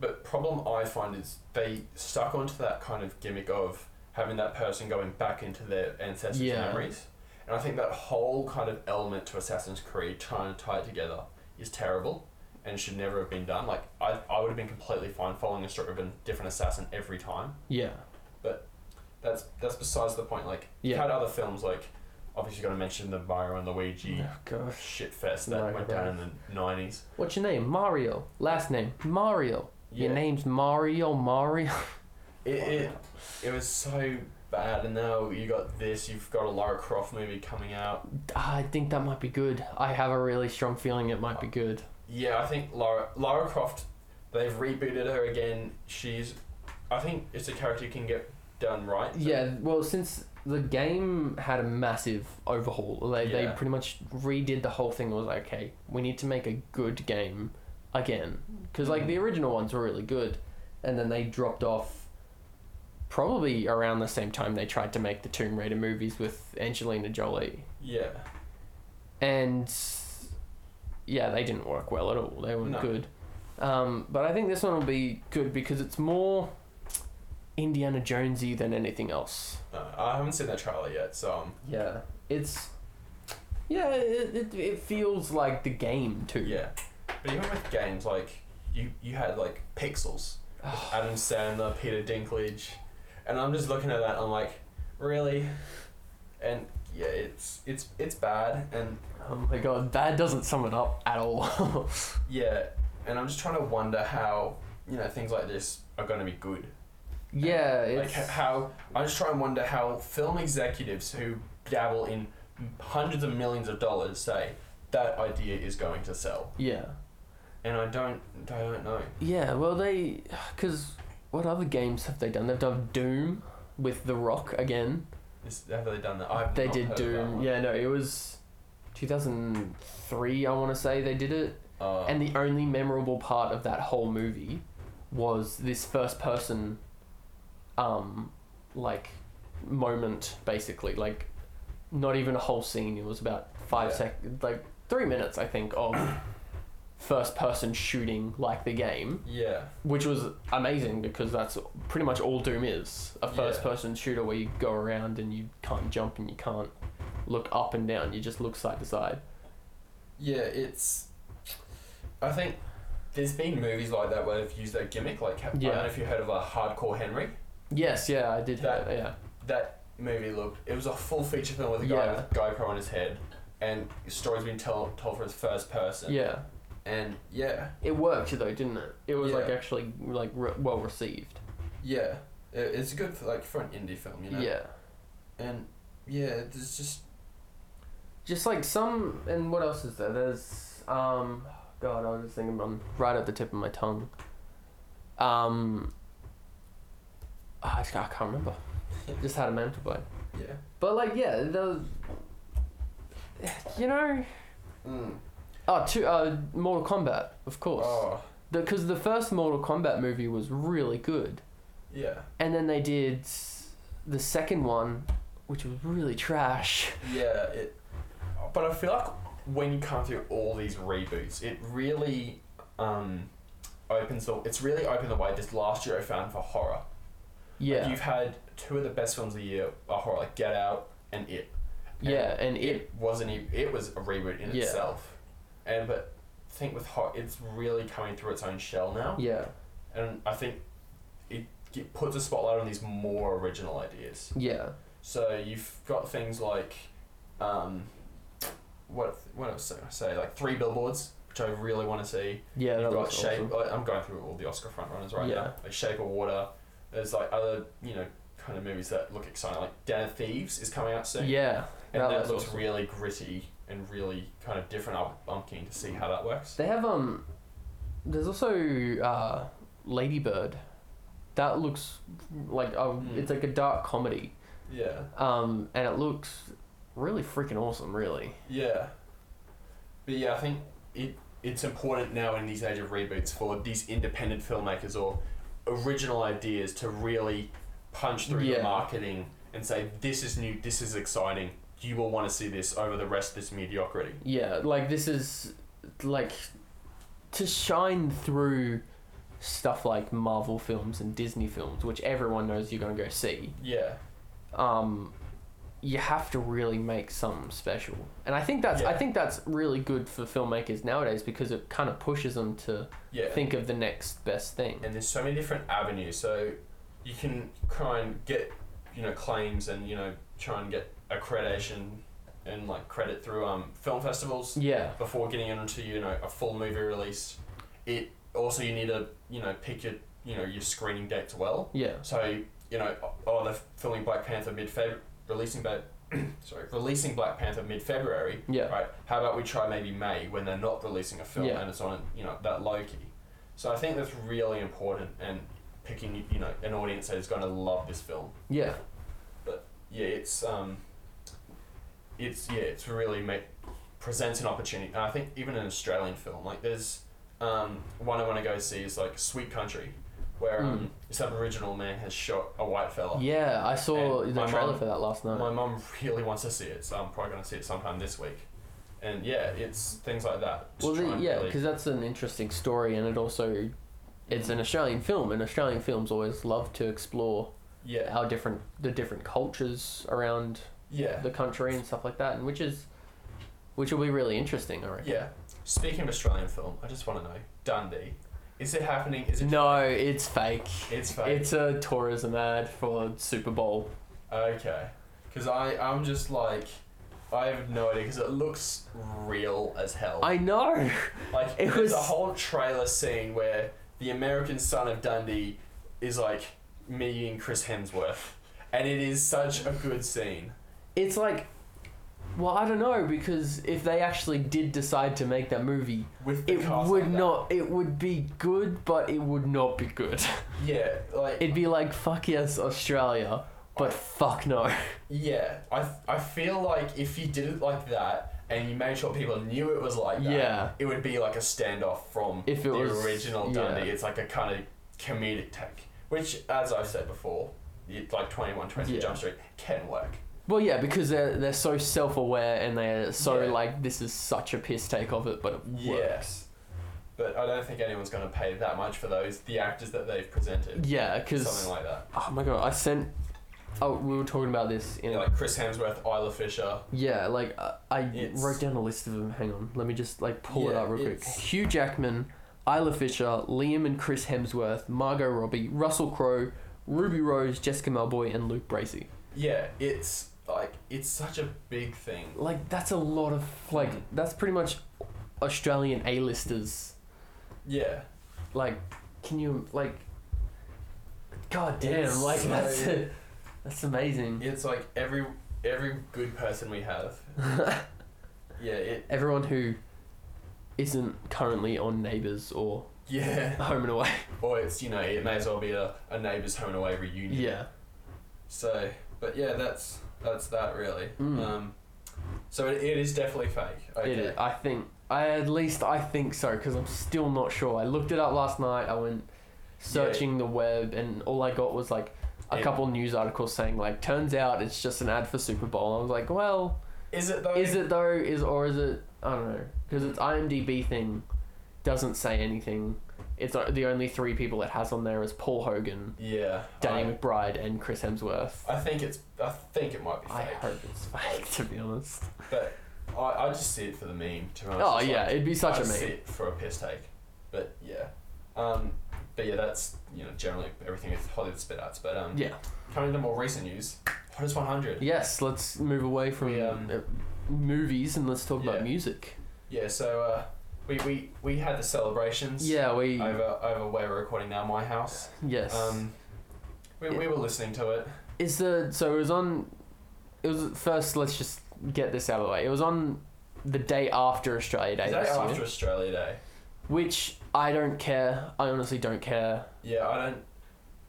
But problem I find is they stuck onto that kind of gimmick of having that person going back into their ancestors' Yeah. memories, and I think that whole kind of element to Assassin's Creed trying to tie it together is terrible. And should never have been done. Like I, I would have been completely fine following a story of a different assassin every time. Yeah, that's that's besides the point. Like you Yeah. had other films like obviously got to mention the Mario and Luigi Oh, gosh. shit fest that Mario went down in the nineties. What's your name? Mario. Last name Mario. Your name's Mario. Mario. it, it it was so bad, and now you got this. You've got a Lara Croft movie coming out. Ah, I think that might be good. I have a really strong feeling it might be good. Yeah, I think Lara Lara Croft. They've rebooted her again. She's, I think it's a character you can get done right. So- Yeah. Well, since the game had a massive overhaul, they they Yeah. pretty much redid the whole thing. It was like, okay, we need to make a good game again because like Mm-hmm. the original ones were really good, and then they dropped off. Probably around the same time they tried to make the Tomb Raider movies with Angelina Jolie, Yeah. and yeah, they didn't work well at all. They weren't No. good. Um, but I think this one will be good because it's more Indiana Jonesy than anything else. Uh, I haven't seen that trailer yet, so um, Yeah, it's yeah, it, it, it feels like the game too. yeah. But even with games like you, you had like Pixels. Oh, Adam Sandler, Peter Dinklage, and I'm just looking at that. I'm like, really? And yeah, it's it's it's bad, and Oh my god, that doesn't sum it up at all. (laughs) yeah, and I'm just trying to wonder how you know things like this are going to be good. yeah, Like it's h- how I just try and wonder how film executives who dabble in hundreds of millions of dollars say that idea is going to sell, yeah, and I don't I don't know. yeah. Well, they because what other games have they done? They've done Doom with The Rock again. Is, have they done that? I've They not did heard of that Doom. one. Yeah, no, it was. 2003 I want to say they did it Uh, and the only memorable part of that whole movie was this first person um like moment basically like not even a whole scene it was about five Yeah. sec like three minutes i think of (coughs) first person shooting like the game yeah. which was amazing because that's pretty much all doom is a Yeah. first person shooter where you go around and you can't jump and you can't look up and down you just look side to side Yeah, it's. I think there's been movies like that where they've used that gimmick. Like, I don't Yeah. know if you heard of a Hardcore Henry. yes yeah i did hear That- that yeah That movie looked. It was a full feature film with a guy Yeah. with a GoPro on his head, and his story's been told told from his first person. yeah And yeah, It worked though, didn't it? It was like Yeah. actually like re- well received. yeah, I- it's good for like for an indie film, you know. Yeah. And yeah, there's just Just like some and what else is there? There's um God, I was just thinking on right at the tip of my tongue. Um, I, I can't (laughs) remember. Just had a mental blank. Yeah. But like, yeah, the (sighs) you know, Mm. oh, two, uh, Mortal Kombat, of course. Oh, Because the, first Mortal Kombat movie was really good, yeah. and then they did s- the second one, which was really trash. Yeah, it. But I feel like when you come through all these reboots, it really um, opens the. It's really opened the way this last year I found for horror. Like, Yeah, you've had two of the best films of the year are horror, like Get Out and It. yeah, and it It wasn't. e- It was a reboot in Yeah. itself. And but I think with horror, it's really coming through its own shell now. yeah, And I think it, it puts a spotlight on these more original ideas. yeah, So you've got things like, um, what what else did I say? Like three billboards, which I really want to see. yeah. you've That got was shape. awesome. I- I'm going through all the Oscar frontrunners right Yeah. now. Like Shape of Water. There's like other you know kind of movies that look exciting. Like Den of Thieves is coming out soon. Yeah, And that that, looks looks awesome. really gritty and really kind of different. I'm, I'm keen to see how that works. they have um. There's also uh, Ladybird. That looks like uh, Mm. it's like a dark comedy. Yeah. Um, and it looks really freaking awesome, really. Yeah. But yeah, I think it it's important now in these age of reboots for these independent filmmakers or original ideas to really punch through Yeah. the marketing and say this is new, this is exciting. You will want to see this over the rest of this mediocrity. Yeah, like this is like to shine through stuff like Marvel films and Disney films, which everyone knows you're going to go see. Yeah. Um you have to really make something special. And I think that's I Yeah. think that's really good for filmmakers nowadays because it kind of pushes them to Yeah. think of the next best thing. and there's so many different avenues. So you can try and get, you know, claims and, you know, try and get accreditation and like credit through um, film festivals. Yeah. before getting into you know a full movie release. It also you need to you know pick your you know your screening dates well. Yeah. So you know oh they're filming Black Panther mid Feb releasing but (coughs) sorry releasing Black Panther mid February. Yeah. Right. How about we try maybe May when they're not releasing a film Yeah. and it's on you know that low key. So I think that's really important and picking you know an audience that is going to love this film Yeah. yeah, it's um, it's yeah, it's really make, presents an opportunity. And I think even an Australian film, like there's um, one I want to go see is like Sweet Country, where um, this Aboriginal man has shot a white fella. Hmm. Yeah, I saw Oh. And the my trailer mum- for that last night. My mum really wants to see it, so I'm probably gonna see it sometime this week. And yeah, it's things like that. to Well, try the, and yeah, really- because that's an interesting story, and it also it's an Australian film, and Australian films always love to explore yeah, how different the different cultures around yeah. the country and stuff like that, and which is which will be really interesting, I reckon. Yeah. Speaking of Australian film, I just want to know Dundee. Is it happening? Is it? No, it's fake. It's fake. It's a tourism ad for Super Bowl. Okay. Because I, I'm just like, I have no idea, because it looks real as hell. I know. like, it was- there's a whole trailer scene where the American son of Dundee is like meeting Chris Hemsworth. And it is such a good scene. It's like, well, I don't know because if they actually did decide to make that movie, With the it cast would like that. not. It would be good, but it would not be good. (laughs) Yeah, like, It'd be like fuck yes Australia, but fuck no. yeah. I, I feel like if you did it like that and you made sure people knew it was like that, Yeah. it would be like a standoff from If it the was- original yeah. Dundee. It's like a kind of comedic take, which, as I've said before, it, like 21, 20 Yeah. Jump Street can work. Well, yeah, because they're they're so self aware and they're so Yeah. like this is such a piss take of it, but it works. Yes. But I don't think anyone's going to pay that much for those, the actors that they've presented. Yeah, because Something like that. oh my god, I sent. Oh, we were talking about this in. You know, like Chris Hemsworth, Isla Fisher. yeah, like uh, I It's- wrote down a list of them. Hang on, let me just like pull it Yeah, up real quick. it's- Hugh Jackman, Isla Fisher, Liam and Chris Hemsworth, Margot Robbie, Russell Crowe, Ruby Rose, Jessica Melboy, and Luke Bracey. Yeah, it's like, it's such a big thing. Like that's a lot of like Mm. that's pretty much Australian A-listers. Yeah. Like, can you like? God damn! It's like so- that's (laughs) that's amazing. (laughs) It's like every every good person we have. yeah, it Everyone who isn't currently on Neighbours or (laughs) Yeah. (laughs) Home and Away. Or it's, you know, it may as well be a, a neighbours home and away reunion. Yeah. So, but yeah, that's that's that really. Mm. Um, so it, it is definitely fake. Okay. It is. I think. I at least I think so because I'm still not sure. I looked it up last night. I went searching the web, and all I got was like a It- couple news articles saying like, turns out it's just an ad for Super Bowl. I was like, well, Is it though? is it though? Is or is it? I don't know because it's IMDb thing doesn't say anything. It's uh, the only three people it has on there is Paul Hogan, Yeah. Danny I, McBride, and Chris Hemsworth. I think it's. I think it might be I fake. hope it's (laughs) fake, to be honest. But I, I just see it for the meme. To be honest. Oh It's yeah, like, it'd be such I a meme. see it for a piss take. But yeah. Um, but yeah, that's you know generally everything with Hollywood spit outs. But um, Yeah. Coming to more recent news, Hottest 100. Yes, let's move away from We, um, uh, movies and let's talk Yeah. about music. Yeah. So uh, we, we we had the celebrations. Yeah, we Over over where we're recording now, my house. yes. Um, we, we were listening to it. Is the so it was on. It was first. Let's just get this out of the way. It was on the day after Australia Day The day this year, after Australia Day. which I don't care. I honestly don't care. Yeah, I don't.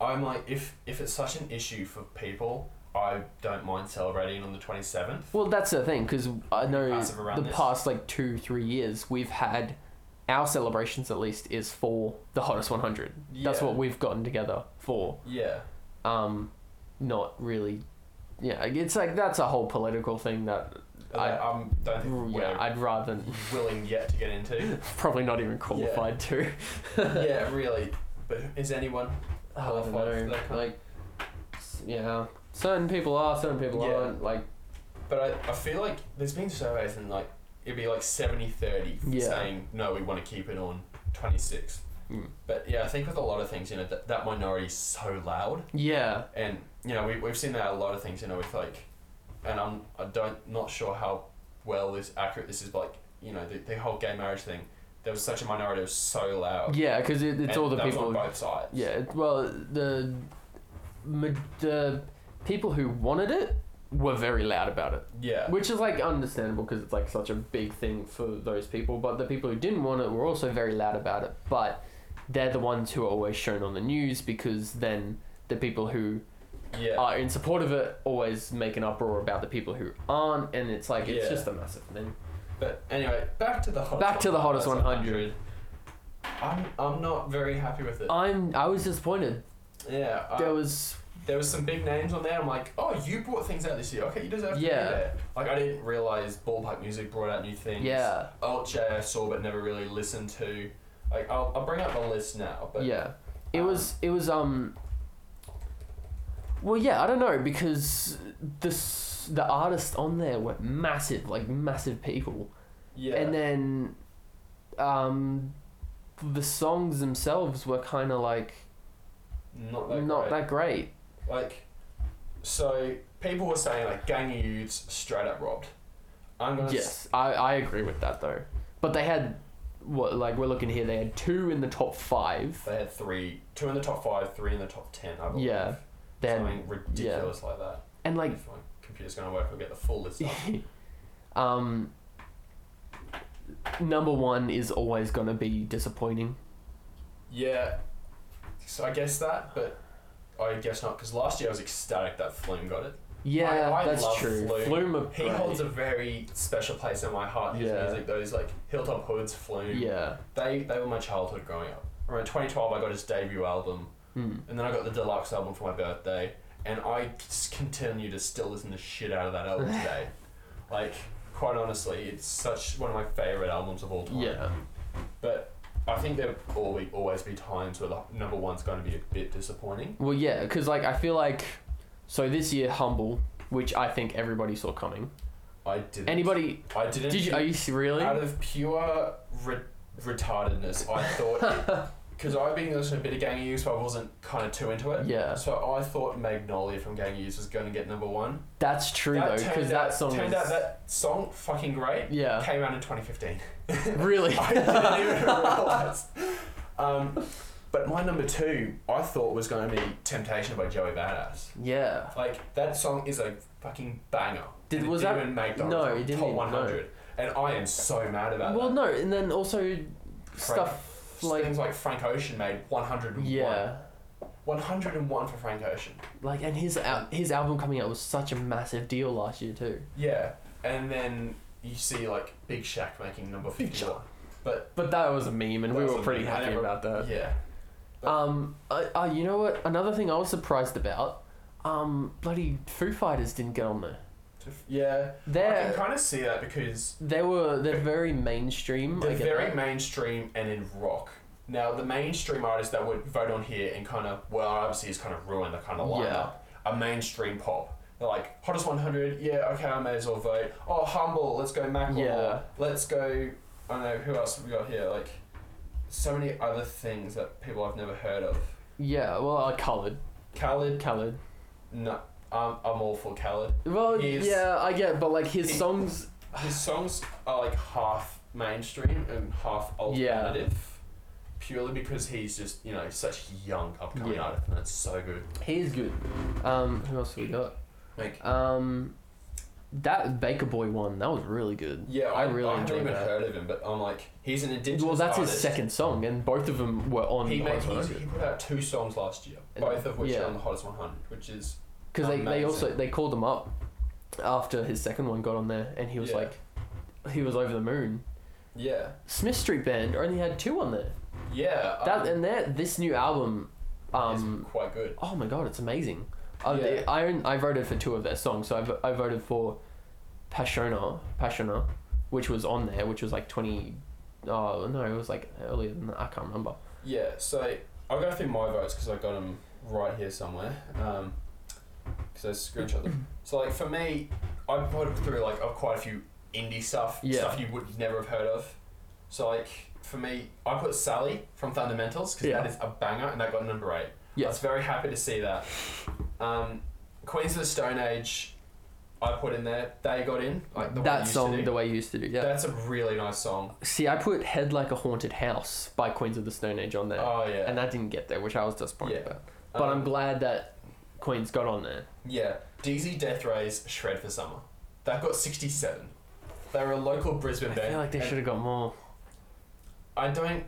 I'm like, if if it's such an issue for people, I don't mind celebrating on the 27th. Well, that's the thing because I know Passive around the this. past like two, three years we've had our celebrations at least is for the hottest 100. That's Yeah. what we've gotten together for. Yeah. um, not really. Yeah, it's like that's a whole political thing that I I, Mm, um, don't think we're yeah, I'd rather (laughs) willing yet to get into. probably not even qualified (laughs) to. yeah, really. But is anyone? Oh, I don't know, Qualified for that kind- like s- yeah, certain people are, certain people Yeah. aren't. Like But I, I feel like there's been surveys and like it'd be like 70 30 Yeah. saying no, we want to keep it on 26. Mm. But yeah, I think with a lot of things, you know, that, that minority's so loud. yeah, and you know we, we've seen that a lot of things you know with like and i'm i don't not sure how well this accurate this is but like you know the, the whole gay marriage thing there was such a minority it was so loud yeah, because it, it's Oh. And all the that was people. on both sides yeah, it- well, the ma- the people who wanted it were very loud about it. yeah Which is like understandable because it's like such a big thing for those people, but the people who didn't want it were also very loud about it. But they're the ones who are always shown on the news because then the people who yeah are in support of it always make an uproar about the people who aren't, and it's like it's Yeah. just a massive thing. but anyway back to the hottest Back to the hottest 100. i'm i'm not very happy with it I'm I was disappointed. yeah I- Uh, There was there was some big names on there i'm like oh you brought things out this year okay you deserve to Yeah. be there like i didn't realize ballpark music brought out new things yeah Ultra I saw but never really listened to. Like I'll, I'll bring up the list now, but yeah. It um, was it was um. Well, yeah, I don't know because the s- the artists on there were massive, like massive people. yeah, And then um, the songs themselves were kind of like not that not great. that great. like so people were saying like gang of youths straight up robbed. I'm gonna s- Yes, I, I agree with that though. But they had what like we're looking here. They had two in the top five. they had three, two in the top five, three in the top ten. I believe. Yeah, They had- something ridiculous like that. and like if my computer's gonna work, I'll get the full (laughs) list. up. um, number one is always gonna be disappointing. yeah, so I guess that, but I guess not because last year I was ecstatic that Flume got it. Yeah, I that's love true. Flume. Flume are He great. holds a very special place in my heart. His Yeah. music, those like Hilltop Hoods, Flume, yeah. they they they were my childhood growing up. Around 2012, I got his debut album, Mm. and then I got the deluxe album for my birthday, and I s- continue to still listen to shit out of that (laughs) album today. like, quite honestly, it's such one of my favorite albums of all time. Yeah. But I think there will always, always be times where the number one's going to be a bit disappointing. Well, yeah, because like I feel like so this year humble, which I think everybody saw coming. I didn't. Anybody? I didn't. Did you? Are you s- really? Out of pure re- retardedness, I (laughs) thought. Because I've been listening to a bit of Gang of Youths, but I wasn't kind of too into it. Yeah. So I thought Magnolia from Gang of Youths was going to get number one. That's true though, 'cause though, turned because that out- song. turned is- out that song fucking great. (laughs) yeah. (laughs) Came out in 2015. Really. (laughs) I didn't even realize. Um, but my number two, I thought was going to be Temptation by Joey Badass. yeah. Like that song is a fucking banger. Did- And it was didn't that- even make the No, it didn't even- top no. 100? And I am so mad about that. Well, no, and then also stuff Like- things like Frank Ocean made 101. Yeah. 101 for Frank Ocean. Like and his al- his album coming out was such a massive deal last year too. Yeah. And then you see like Big Shaq making number Big 51. But But that was a meme and That we was were a pretty meme. I happy never- about that. yeah. Um, uh, uh, you know what? Another thing I was surprised about, um, bloody Foo Fighters didn't get on there. Yeah. I can They're kind of see that because they were they're very mainstream. I They're get very that. mainstream and in rock. Now, the mainstream artists that would vote on here and kind of, well, obviously is kind of ruined the kind of lineup, Yeah. are mainstream pop. They're like, Hottest 100, yeah, okay, I may as well vote. Oh, Humble, let's go Macklemore. Yeah. Let's go, I don't know, who else have we got here? Like, so many other things that people I've never heard of. yeah. Well, uh, colored, Khaled, colored. no, um, I'm all for Khaled. Well, He is- yeah, I get, but like his he- songs, His songs are like half mainstream and half alternative, purely because he's just you know such a young upcoming Yeah. artist, and that's so good. he is good. Um, who else we got? Like Um, that Baker Boy one, that was really good. yeah, I I, really I haven't enjoyed even that. heard of him, but I'm like he's an indigenous. Well, that's his artist. second song, and both of them were on. He, the made, Hottest he's, 100. he put out two songs last year, And- both of which yeah. are on the hottest 100, which is because they, they also Amazing. they called him up after his second one got on there and he was Yeah. like he was over the moon yeah, smith street band only had two on there yeah. that um, and that this new album is um quite good. oh my god it's amazing uh, Yeah. the, I, own- I voted for two of their songs so i, vo- I voted for passiona passiona which was on there which was like 20 oh no it was like earlier than that i can't remember Yeah, so I'll go through my votes because I got them right here somewhere. Um 'cause because I screenshot them. so like for me, I put through like a, quite a few indie stuff, Yeah. stuff you would never have heard of. So like for me, I put Sally from Fundamentals because Yeah. that is a banger and that got number eight. I Yeah. was very happy to see that. Um, Queens of the Stone Age, I put in there. They got in like the way it that used song To do. the way you used to do yeah That's a really nice song. see i put head like a haunted house by queens of the stone age on there Oh yeah. and that didn't get there, which I was disappointed Yeah. about. But Um, I'm glad that Queen's got on there. Yeah, DZ Death Rays Shred for Summer. That got 67. They were a local Brisbane I band. feel like they and should have got more. I don't.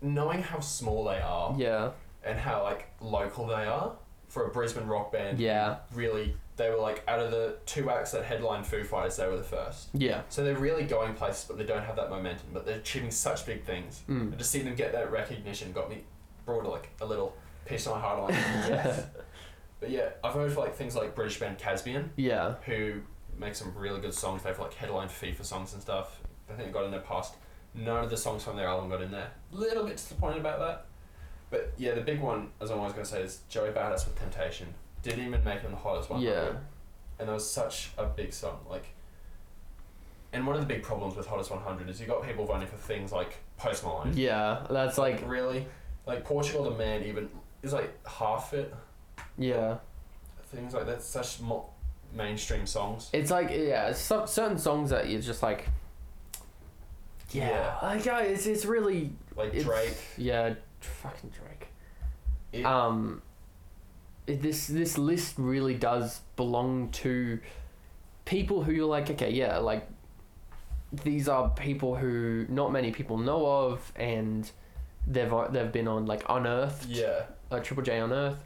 Knowing how small they are Yeah, and how like local they are for a Brisbane rock band, yeah, really, they were like out of the two acts that headlined Foo Fighters, they were the first. yeah. So they're really going places, but they don't have that momentum. But they're achieving such big things. Mm. And to see them get that recognition got me brought like a little piece of my heart. I'm (laughs) Like, yes. But yeah, I've heard of like things like British band Casbian. Yeah, who make some really good songs. They've like headlined FIFA songs and stuff. I think it got in their past. None of the songs from their album got in there. Little bit disappointed about that. But yeah, the big one, as I'm always going to say, is Joey Badass with Temptation. Didn't even make it in the hottest one. yeah, And that was such a big song. Like, and one of the big problems with Hottest 100 is you got people voting for things like Post Malone. yeah. That's like, Really? Like, Portugal the Man even is like half it. yeah. Things like that. Such mo- mainstream songs. It's like, yeah. it's Some certain songs that you're just like, yeah. Yeah. Like, yeah, it's it's really Like it's, Drake. Yeah, fucking Drake. It- Um, it- this this list really does belong to people who you're like, okay, yeah, like these are people who not many people know of, and they've uh, they've been on like Unearthed, Yeah, uh, Triple J Unearthed,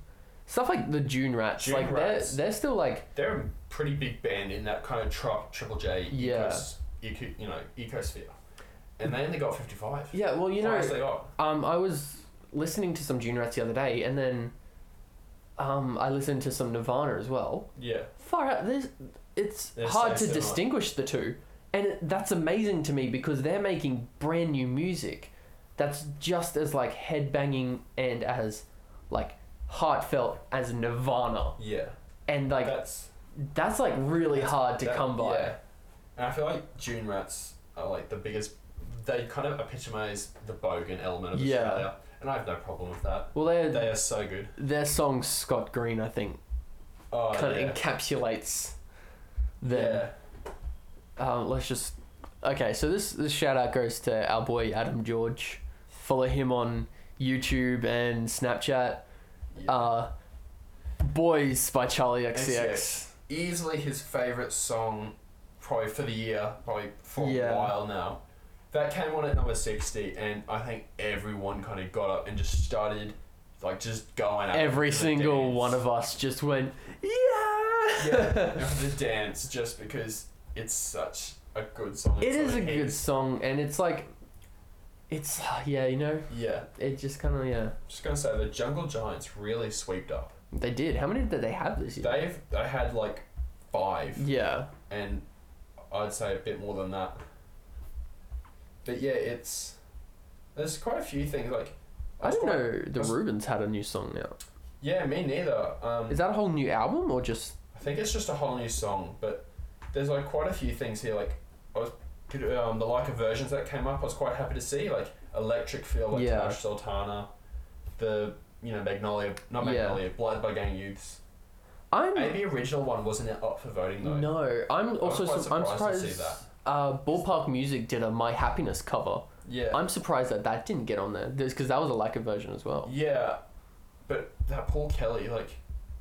stuff like the June Rats. June like Rats. they're they're still like they're a pretty big band in that kind of tri- triple J Yeah. ecos- eco, you know ecosphere, and they only got oh, fifty five. yeah, well you know they got. Um, I was listening to some June Rats the other day, and then um, I listened to some Nirvana as well. Yeah, far out. There's, it's They're hard so to similar. distinguish the two, and it, that's amazing to me because they're making brand new music that's just as like headbanging and as like heartfelt as Nirvana, yeah. and like that's that's like really that's- hard to that- come by. Yeah. And I feel like June Rats are like the biggest. They kind of epitomise the bogan element of Yeah. Australia, and I have no problem with that. Well, their They are so good. their song Scott Green, I think, Oh, kind of yeah. encapsulates them. Um, let's just okay. So this this shout out goes to our boy Adam George. Follow him on YouTube and Snapchat. Yeah. Uh, Boys by Charlie XCX. XCX. Easily his favourite song, probably for the year, probably for Yeah. a while now. that came on at number 60, and I think everyone kind of got up and just started, like, just going at it Every for the single dance. one of us just went, yeah. (laughs) Yeah, for the dance, just because it's such a good song. it is a It's good song, and it's like, it's yeah, you know, Yeah, it just kind of yeah. just gonna say the Jungle Giants really sweeped up. They did. How many did they have this year? They've they had like five, yeah, and I'd say a bit more than that. But yeah, it's there's quite a few things like I was didn't quite- know the that's- Rubens had a new song now. Yeah, me neither. Um, Is that a whole new album or just? I think it's just a whole new song, but there's like quite a few things here. Like I was um, the like of versions that came up, I was quite happy to see like Electric Feel, like Yeah. Tash Sultana, the you know Magnolia, not Yeah. Magnolia, Blood by Gang Youths. I'm Maybe original one wasn't it up for voting though. no. I'm also quite su- I'm surprised surprised. to see Uh, Ballpark Music did a My Happiness cover. Yeah. I'm surprised that that didn't get on there because that was a Leica version as well. Yeah, but that Paul Kelly, like,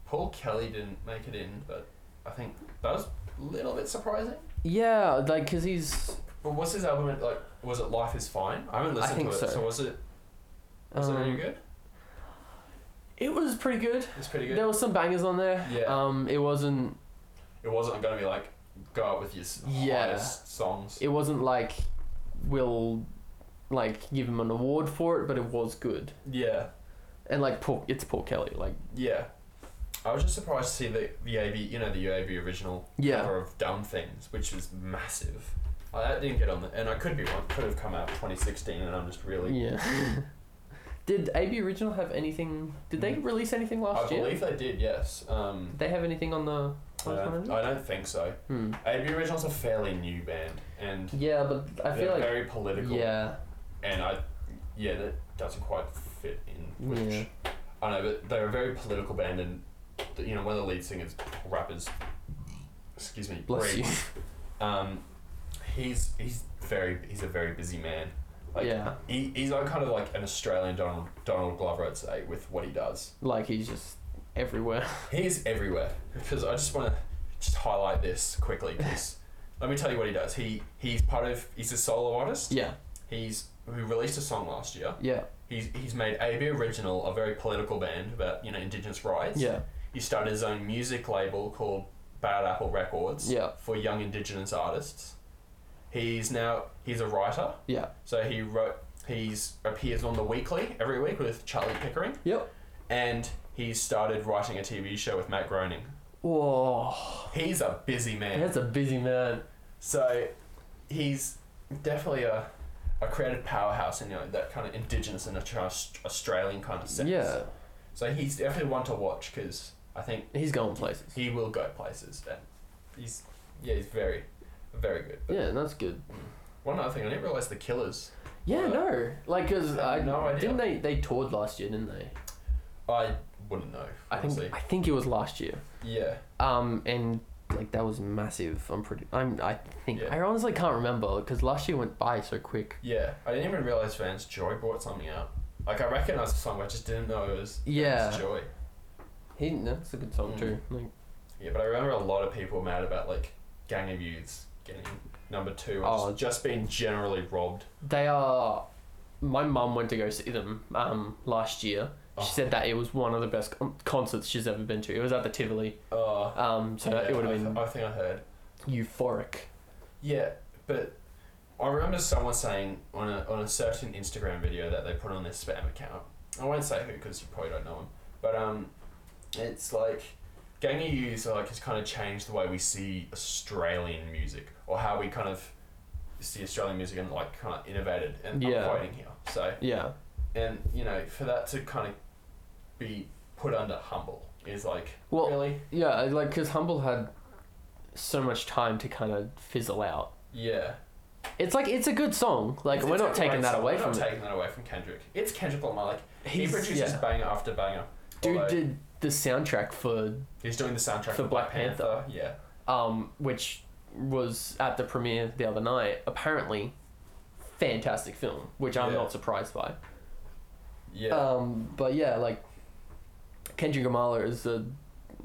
Paul Kelly didn't make it in, but I think that was a little bit surprising. Yeah, like because he's. But what's his album like? Was it Life Is Fine? I haven't I listened think to it, so. so. was it was it um, any good? It was pretty good. It's pretty good. There was some bangers on there. Yeah. Um, it wasn't. It wasn't gonna be like go out with your s- Yeah. highest songs. It wasn't like we'll like give him an award for it, but it was good. yeah, And like Paul, it's Paul Kelly. Like yeah. I was just surprised to see the the AB, you know, the UAB original Yeah. cover of Dumb Things, which was massive. Oh, that didn't get on the, and I could be wrong. Could have come out 2016, and I'm just really yeah. (laughs) did AB Original have anything? Did they release anything last Mm. I year? believe they did, yes. Um, Did they have anything on the? I, don't, I don't think so. Hmm. AB Original's a fairly new band, and Yeah, but I they're feel like very political. yeah, And I, yeah, that doesn't quite fit in. Which Yeah. I know, but they're a very political band, and th- you know, one of the lead singers, rappers, excuse me, bless Reed, you. (laughs) Um, he's he's very he's a very busy man. Like, Yeah. He, he's like kind of like an Australian Donald Donald Glover, I'd say, with what he does. like he's just everywhere. (laughs) He is everywhere because I just want to just highlight this quickly because (laughs) let me tell you what he does. He he's part of he's a solo artist. Yeah, He's who released a song last year. yeah, He's he's made AB Original a very political band about you know Indigenous rights. yeah, He started his own music label called Bad Apple Records. Yeah. For young Indigenous artists. He's now he's a writer, yeah. so he wrote he's appears on the Weekly every week with Charlie Pickering, Yep. and he's started writing a TV show with Matt Groening. Whoa, He's a busy man. that's a busy man. So he's definitely a, a creative powerhouse in you know, that kind of indigenous and Aust- Australian kind of sense. Yeah, So he's definitely one to watch because I think he's going places. he will go places. And he's yeah, he's very, very good. But Yeah, that's good. One other thing, I didn't realize the Killers. Yeah, Uh, no, like because I I have no idea. didn't they they toured last year, didn't they? I wouldn't know. I think honestly. I think it was last year. yeah. Um, and like that was massive. I'm pretty. I'm. I think Yeah. I honestly can't remember because last year went by so quick. Yeah, I didn't even realize Vance Joy brought something out. Like I recognized the song, but I just didn't know it was Yeah. Vance Joy. He that's a good song Mm. too. Like Yeah, but I remember a lot of people mad about like Gang of Youths getting number two. Or Oh. just, just being generally robbed. they are. My mum went to go see them um last year. Oh. She said that it was one of the best con- concerts she's ever been to. It was at the Tivoli. Uh, Um, so yeah, it would I have th- been I think I heard. euphoric. Yeah, but I remember someone saying on a on a certain Instagram video that they put on their spam account. I won't say who because you probably don't know him, but um, it's like Gang of Youths are, like has kind of changed the way we see Australian music or how we kind of see Australian music and like kind of innovated and Yeah. I'm quoting here. So Yeah, and you know for that to kind of be put under humble is like Well- really yeah. Like because Humble had so much time to kind of fizzle out. yeah. It's like it's a good song. Like It's- we're it's not a taking great that song. away we're from not it. taking that away from Kendrick. It's Kendrick Lamar. Like he He's- produces yeah. banger after banger. Dude Although, did the soundtrack for he's doing the soundtrack for for Black Black Panther. Panther. Yeah, um, which was at the premiere the other night. Apparently, fantastic film, which I'm Yeah. not surprised by. yeah, Um, but yeah, like Kendrick Lamar is a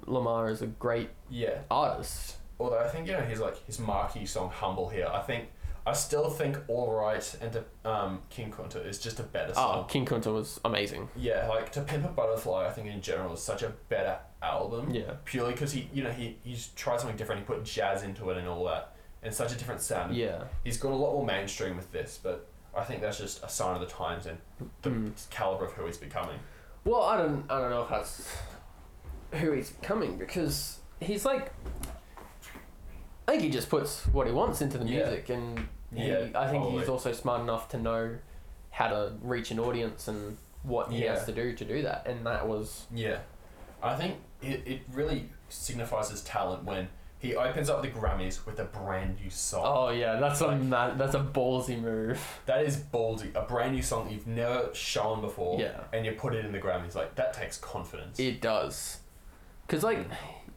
Lamar is a great yeah. artist. Although I think you know his like his marquee song "Humble" here. I think I still think All Right and um, King Kunta is just a better Oh, song. King Kunta was amazing. Yeah, like To Pimp a Butterfly, I think in general is such a better album. Yeah. Purely because he, you know, he he's tried something different. He put jazz into it and all that, and such a different sound. Yeah. He's got a lot more mainstream with this, but I think that's just a sign of the times and the Mm. caliber of who he's becoming. Well, I don't I don't know if that's who he's coming because he's like I think he just puts what he wants into the Yeah. music and he, Yeah, I think probably. he's also smart enough to know how to reach an audience and what he Yeah. has to do to do that and that was Yeah. I think it, it really signifies his talent when he opens up the Grammys with a brand new song. Oh yeah, that's a Like- ma- that's a ballsy move. That is ballsy. A brand new song that you've never shown before. Yeah. And you put it in the Grammys. Like, that takes confidence. It does. Cause like,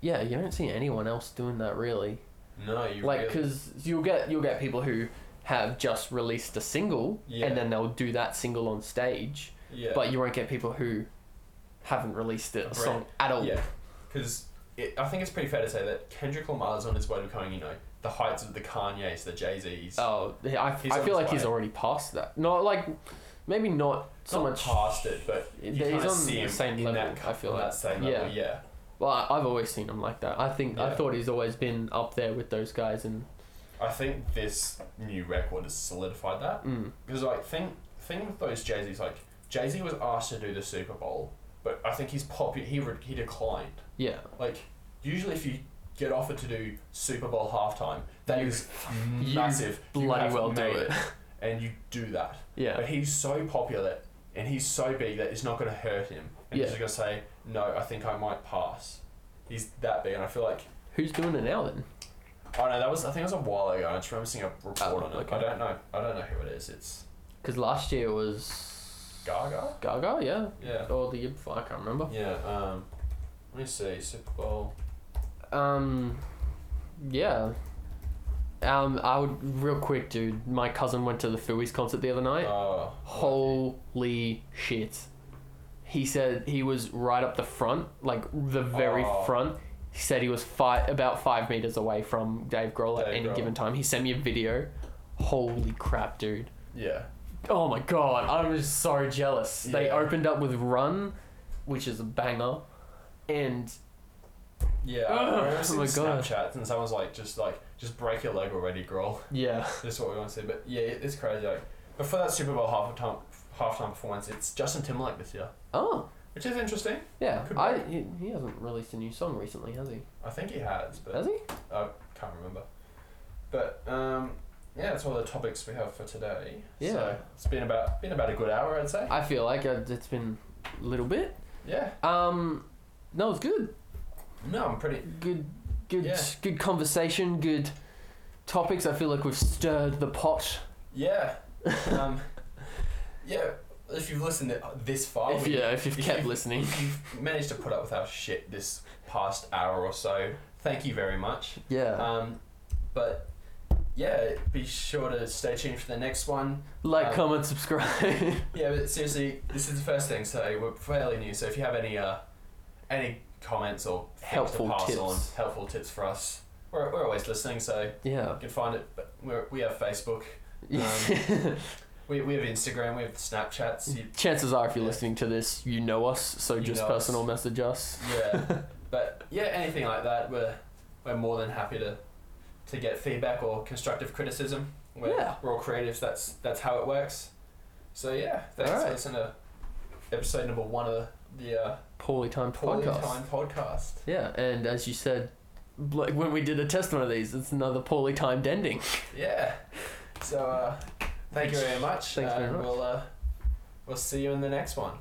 yeah, you don't see anyone else doing that really. no, you Like, really. cause you'll get you'll get people who have just released a single, Yeah. and then they'll do that single on stage. yeah. But you won't get people who haven't released a Right. song at all. Yeah. Because I think it's pretty fair to say that Kendrick Lamar is on his way to becoming, you know, the heights of the Kanye's, the Jay Z's. Oh, I, I He's on his feel like he's way. already past that. Not like, maybe not so much. past it, but you He's kinda on see the him same in level, That, I feel on like. that same Yeah. level. Yeah. Well, I- I've always seen him like that. I think I Yeah. thought he's always been up there with those guys, and I think this new record has solidified that. mm, Because like thing thing with those Jay Z's like Jay Z was asked to do the Super Bowl, but I think he's popular. He re- he declined. yeah, Like usually, if you get offered to do Super Bowl halftime, that You- is (laughs) you massive. bloody have well do made it. (laughs) and you do that. yeah. But he's so popular and he's so big that it's not going to hurt him. And he's Yeah. just going to say, "No, I think I might pass." He's that big, and I feel like Who's doing it now then? I know that was. I think it was a while ago. I just remember seeing a report Oh, on it. okay. I don't know. I don't know who it is. It's Because last year was Gaga. Gaga, yeah, Yeah. or the year before. I can't remember. Yeah, um, let me see, Super Bowl. Um, yeah. Um, I would real quick, dude. My cousin went to the Fooey's concert the other night. Oh, Holy shit! He said he was right up the front, like the very Oh. front. He said he was five, about five meters away from Dave Grohl at Dave any Grohl. given time. He sent me a video. Holy crap, dude! yeah. Oh my god, I'm just so jealous. They Yeah. opened up with Run, which is a banger, and Yeah, Ugh, (laughs) I oh remember seeing my God. Snapchats and someone's like, just like, just break your leg already, girl. (laughs) yeah, This is what we want to see. But yeah, it's crazy. Like, but for that Super Bowl half time halftime performance, it's Justin Timberlake this year, oh which is interesting. yeah. Could I he, he hasn't released a new song recently, has he? I think he has, but Has he? I can't remember. But um, yeah, that's all the topics we have for today. Yeah. so it's been about been about a good hour, I'd say. I feel like uh, it's been a little bit. Yeah, Um, no, it's good. no, I'm pretty. Good, good, Yeah. good conversation. Good topics. I feel like we've stirred the pot. (laughs) Yeah. Um, yeah. If you've listened to- this far, if we- yeah, if you've if (laughs) kept you- listening, if you've managed to put up with our shit this past hour or so, thank you very much. yeah. Um, but yeah, be sure to stay tuned for the next one. like, um, comment, subscribe. (laughs) Yeah, but seriously, this is the first thing, so we're fairly new. So if you have any uh, any comments or things Helpful to pass tips. on, helpful tips for us, we're, we're always listening. So yeah. you can find it. But we're, we have Facebook. um, (laughs) We, we have Instagram. We have Snapchats. You, Chances are, if you're Yeah. listening to this, you know us, so You just know us. personal message us. yeah but yeah anything like that we're we're more than happy to to get feedback or constructive criticism we're, Yeah. we're all creatives that's that's how it works so yeah thanks All for right. listening to episode number one of the uh, Poorly timed poorly podcast. timed podcast Yeah, and as you said, like when we did a test one of these, it's another poorly timed ending. yeah so uh, thank you very much Thanks uh, very much. we'll uh, we'll see you in the next one